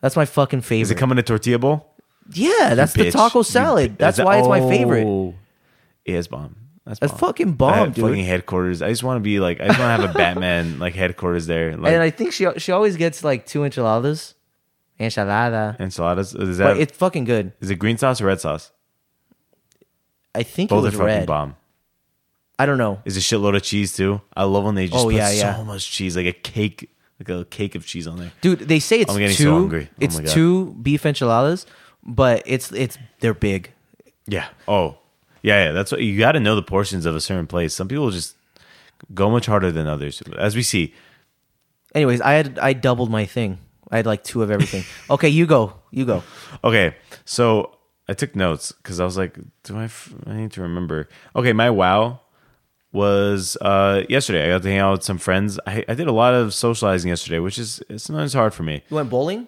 That's my fucking favorite.
Does it come in a tortilla bowl?
yeah, that's the
Bitch.
taco
You
salad.
bi-
That's
that-
why it's my favorite.
Oh. It is bomb. That's,
That's
bomb.
fucking bomb,
I had
dude.
Fucking headquarters. I just want to be like. I just want to have a Batman <laughs> like headquarters there. Like
and I think she she always gets like two enchiladas, enchilada.
enchiladas. Is that
But
is
it's fucking good.
it green sauce or red sauce?
I think it
Both are
was
fucking
red.
bomb.
I don't know.
Is a shitload of cheese too. I love when they just
Oh,
put
yeah,
so
yeah.
much cheese, like a cake, like a cake of cheese on there.
Dude, they say it's
I'm getting so
two.
hungry. Oh
it's
my God.
two beef enchiladas, but it's it's they're big.
Yeah. Oh, yeah. Yeah. That's what you got to know the portions of a certain place. Some people just go much harder than others, as we see.
Anyways, I had I doubled my thing. I had like two
<laughs>
of everything. okay, you go. You go.
Okay, so I took notes because I was like, do I? F- I need to remember. Okay, my wow was uh, yesterday. I got to hang out with some friends. I, I did a lot of socializing yesterday, which is it's sometimes hard for me.
You went bowling?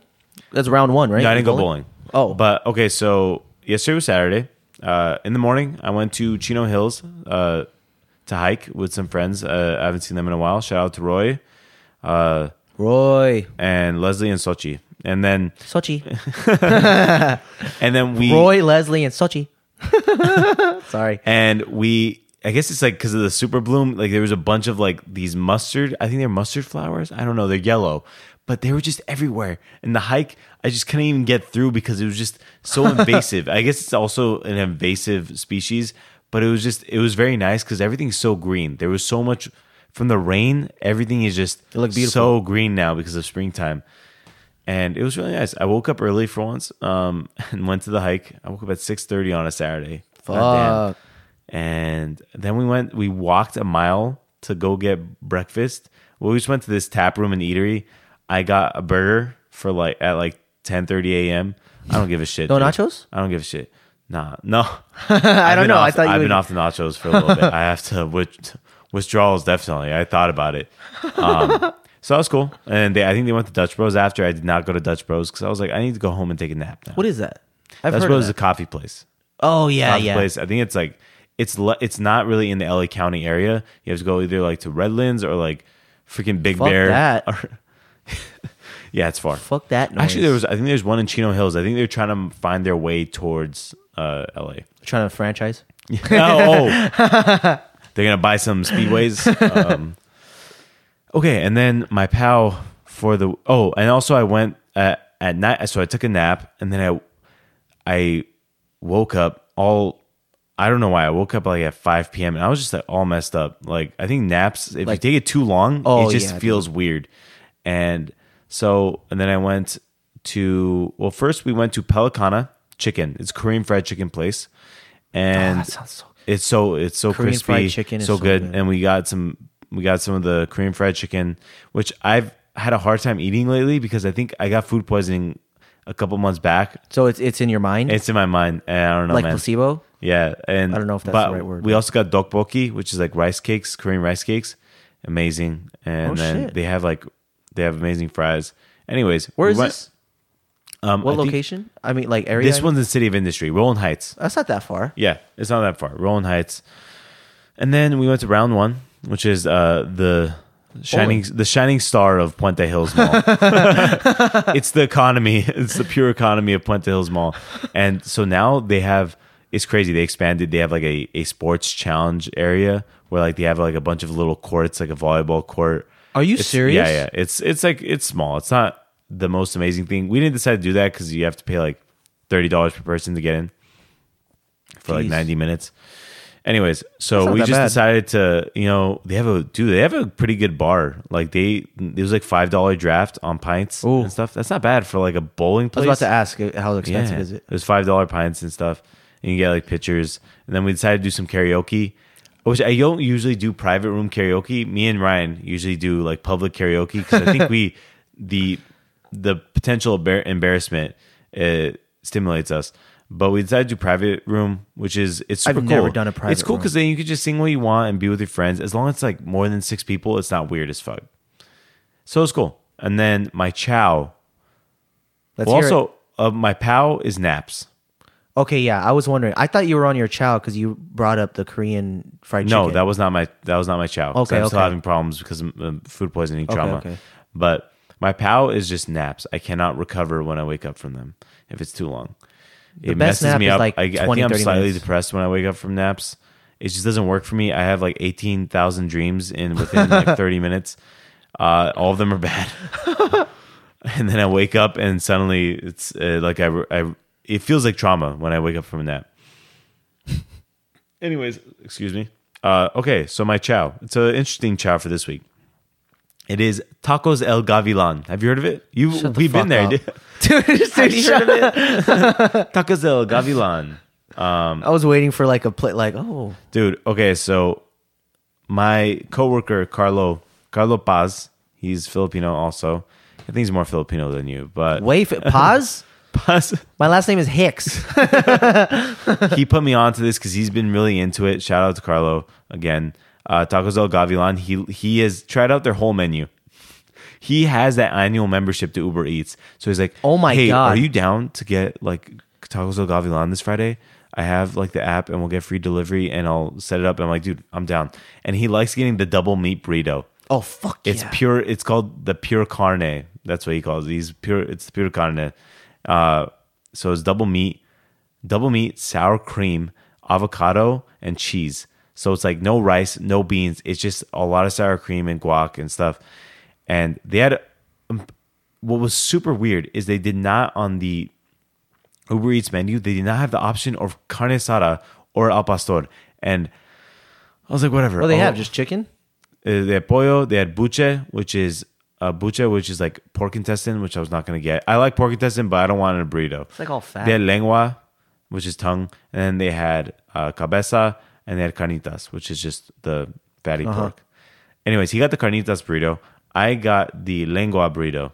That's round one, right?
No, I didn't go bowling.
Oh.
but okay. So yesterday was Saturday. Uh, in the morning, I went to Chino Hills uh, to hike with some friends. Uh, I haven't seen them in a while. Shout out to Roy
Roy.
and Leslie and Sochi. And then <laughs>
Sochi.
and then we
Roy, Leslie, and
<laughs>
Sochi. Sorry.
and we i guess it's like because of the super bloom like there was a bunch of like these mustard i think they're mustard flowers i don't know they're yellow but they were just everywhere and the hike i just couldn't even get through because it was just
<laughs>
so invasive i guess it's also an invasive species but it was just it was very nice because everything's so green there was so much from the rain everything is just
It looked beautiful.
so green now because of springtime and it was really nice. I woke up early for once um, <laughs> and went to the hike. I woke up at six thirty on a Saturday. God
Fuck.
damn. And then we went. We walked a mile to go get breakfast. We just went to this tap room and eatery. I got a burger for like at like ten thirty a.m. I don't give a shit.
No
dude.
nachos?
I don't give a shit. Nah,
<laughs>
no. I
don't know. I thought you
I've
would-
been off the nachos for a little bit. I have to with, withdrawals definitely. I thought about it. Um, so that was cool. And they, I think they went to Dutch Bros after. I did not go to Dutch Bros because I was like, I need to go home and take a nap now.
What is that? I've
Dutch
heard
Bros
of
is a
that.
coffee place.
Oh yeah,
Coffee
yeah.
place. I think it's like it's le- it's not really in the LA County area. You have to go either like to Redlands or like freaking Big
Fuck
Bear.
that.
<laughs> Yeah, it's far.
Fuck that noise.
Actually, there was. I think there's one in Chino Hills. I think they're trying to find their way towards uh, LA.
<laughs> trying to franchise.
oh, oh. they're gonna buy some
<laughs>
speedways. Um, okay, and then my pal for the oh, and also I went at, at night, so I took a nap, and then I I woke up all. I don't know why I woke up like at 5 p.m. and I was just like all messed up. Like I think naps, if
Like-
you take it too long,
Oh,
it just
yeah, dude.
feels weird. And so, and then I went to well, first we went to Pelicana Chicken. It's a Korean fried chicken place, and
Oh, that sounds so-
it's so it's so
Korean
crispy,
fried chicken is
so,
so
good.
good.
and we got some we got some of the Korean fried chicken, which I've had a hard time eating lately because I think I got food poisoning a couple months back.
So it's it's in your mind,
It's in my mind, and I don't know,
like
man.
placebo.
Yeah, and
I don't know if that's
but
the right word,
We also got dokboki, which is like rice cakes, Korean rice cakes, amazing. And
Oh,
then
shit.
they have like they have amazing fries. Anyways,
Where
we
is
went-
this?
Um,
What
I think
location? I mean, like area.
This one's in City of Industry, Rolling Heights.
That's not that far.
Yeah, it's not that far. Rolling Heights, and then we went to round one, which is uh, the shining the shining star of Puente Hills
<laughs>
Mall. it's the economy. It's the pure economy of Puente Hills Mall, and so now they have. It's crazy. They expanded. They have like a, a sports challenge area where like they have like a bunch of little courts, like a volleyball court.
Are you
It's-
serious?
Yeah, yeah. It's it's like it's small. It's not the most amazing thing. We didn't decide to do that because you have to pay like thirty dollars per person to get in for like
Jeez.
ninety minutes. Anyways, so
That's not
we
that
just
bad.
decided to, you know, they have a dude. They have a pretty good bar. Like they, it was like five dollar draft on pints
Ooh.
and stuff. That's not bad for like a bowling
I was
place.
about to ask uh, how expensive is it?
It was five dollar pints and stuff, and you get like pictures. And then we decided to do some karaoke, which I don't usually do private room karaoke. Me and Ryan usually do like public karaoke because I think
<laughs>
we the the potential embar- embarrassment uh, stimulates us. But we decided to do private room, which is it's super
I've
cool.
never done a private
It's cool
room.
because then you can just sing what you want and be with your friends. As long as it's like more than six people, it's not weird as fuck. So it's cool. And then my chow.
Let's
Well,
hear it.
also, uh, my pal is naps.
Okay, yeah. I was wondering. I thought you were on your chow because you brought up the Korean fried chicken.
No, that was not my that was not my chow. 'cause
Okay,
I'm still
okay.
having problems because of um, food poisoning trauma.
okay.
But my pow is just naps. I cannot recover when I wake up from them if it's too long. it messes
best nap
me
is
up.
like
I, I
20,
think I'm
30
slightly
minutes.
depressed when I wake up from naps. It just doesn't work for me. I have like eighteen thousand dreams in within
<laughs>
like thirty minutes. Uh, all of them are bad. <laughs> and then I wake up and suddenly it's uh, like I, I it feels like trauma when I wake up from a nap. Anyways, excuse me. Uh, okay, so my chow. It's an interesting chow for this week. It is tacos el gavilan. Have you heard of it? You
Shut the
we've been
fuck
there.
up. <laughs>
dude.
dude. dude,
Have you
shut-
heard of it? <laughs> tacos el gavilan,
I was waiting for like a play. Like, oh,
dude. Okay, so my coworker Carlo Carlo Paz, he's Filipino also. I think he's more Filipino than you, but <laughs>
Wait, f- pause.
Plus,
My last name
<laughs>
is Hicks.
he put me onto this because he's been really into it. Shout out to Carlo again. Uh, Tacos El Gavilan. He he has tried out their whole menu. He has that annual membership to Uber Eats, so he's like,
Oh my
hey,
God.
are you down to get like Tacos El Gavilan this Friday?" I have like the app, and we'll get free delivery, and I'll set it up. And I'm like, dude, I'm down. And he likes getting the double meat burrito.
Oh fuck
It's
yeah.
pure. It's called the pure carne. That's what he calls. It. He's pure. It's pure carne. Uh, so it's double meat, double meat, sour cream, avocado, and cheese. So it's like no rice, no beans. It's just a lot of sour cream and guac and stuff. And they had um, what was super weird is they did not on the Uber Eats menu they did not have the option of carne asada or al pastor. And I was like, whatever. Oh,
What do Oh, they
I'll-
have? Just chicken?
uh, they had pollo. They had buche, which is uh, buche, which is like pork intestine, which I was not gonna get. I like pork intestine, but I don't want it in a burrito. It's
like all fat.
They had lengua, which is tongue, and then they had uh, cabeza, and they had carnitas, which is just the fatty
Uh-huh.
pork. Anyways, he got the carnitas burrito. I got the lengua burrito,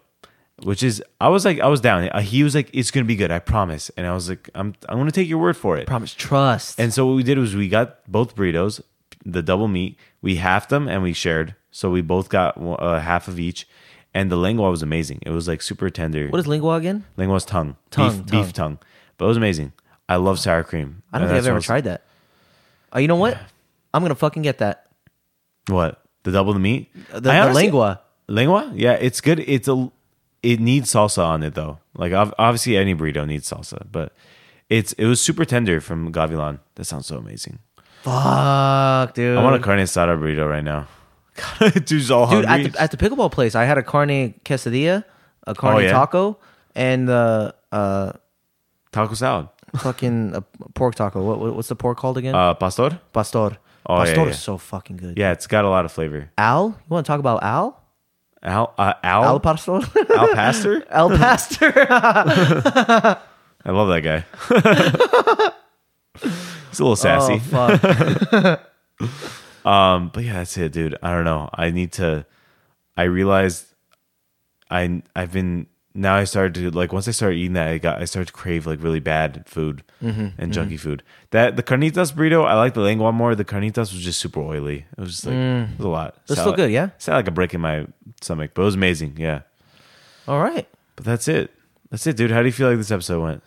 which is I was like I was down. Uh, He was like, "It's gonna be good, I promise," and I was like, "I'm I'm gonna take your word for it."
Promise trust.
And so what we did was we got both burritos, the double meat. We halved them and we shared. So we both got uh, half of each. And the lengua was amazing. It was like super tender.
what is lingua again?
lengua's tongue?
Tongue,
beef, beef tongue. But it was amazing. I love sour cream.
I don't
And
think I've
that's
ever
what
tried that. Oh, you know what? I'm gonna fucking get that.
I was- What the double the meat?
The, the
I honestly-
lingua.
Lengua, yeah, it's good. It's a, it needs salsa on it though. Like ob- obviously any burrito needs salsa, but it's it was super tender from Gavilan. That sounds so amazing.
Fuck, dude.
I want a carne asada burrito right now. <laughs> God, dude's all
dude
hungry.
at the, at the pickleball place. I had a carne quesadilla, a carne
Oh, yeah?
taco, and uh, uh,
Taco salad.
fucking a pork taco. What, what- what's the pork called again?
Uh, pastor?
pastor.
oh, yeah,
pastor
yeah.
is so fucking good.
Yeah, it's got a lot of flavor.
Al, you want to talk about Al?
Al, uh, Al,
Al pastor. <laughs>
Al Pastor?
El
<laughs>
pastor.
I love that guy. <laughs> He's a little sassy.
oh fuck.
Um, but yeah, that's it, dude. I don't know. I need to. I realized I I've been now. I started to like once I started eating that, I got I started to crave like really bad food
Mm-hmm,
and junky food. That the carnitas burrito, I like the lengua more. The carnitas was just super oily. It was just like it was a lot.
That's
Sound-
Mm. still good, yeah?
sounded like a brick in my stomach, but it was amazing. Yeah,
All right.
but that's it. That's it, dude. How do you feel like this episode went?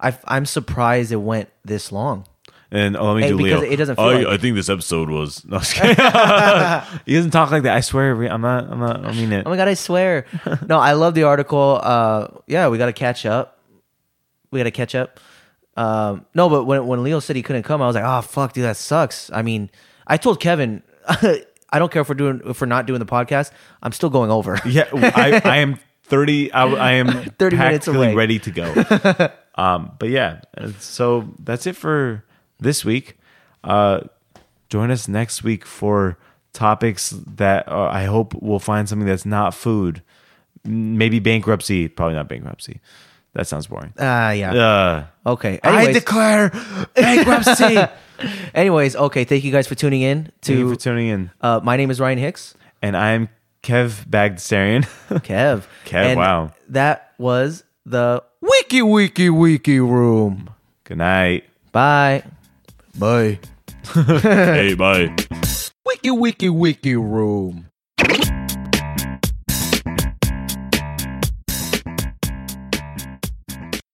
I, I'm surprised it went this long.
And oh, let me
Hey,
do Leo.
because it doesn't feel
I,
like
I think this episode was.
No, I'm
<laughs>
just kidding. <laughs> he doesn't talk like that. I swear, I'm not. I'm not. I mean it.
Oh my god,
<laughs>
I swear. no, I love the article. Uh, yeah, we got to catch up. We got to catch up. Um, no, but when when Leo said he couldn't come, I was like, oh fuck, dude, that sucks. I mean, I told Kevin, <laughs> I don't care if we're doing for not doing the podcast. I'm still going over.
Yeah, I, I am thirty. I, I am
30 minutes
practically
away.
ready to go.
<laughs>
um, but yeah, uh, so that's it for this week. Uh, join us next week for topics that uh, I hope we'll find something that's not food. M- Maybe bankruptcy. Probably not bankruptcy. That sounds boring.
<laughs> Ah, yeah.
Uh,
Okay.
I
Anyways,
declare
<laughs>
bankruptcy.
anyways, okay. Thank you guys for tuning in.
Thank you
To
for tuning in,
uh, my name is Ryan Hicks.
and I'm Kev Bagdasarian. <laughs>
Kev.
Kev,
And
wow.
That was the
Wiki Wiki Wiki Room.
Good night.
bye.
Bye.
hey, bye.
Wiki Wiki Wiki Room.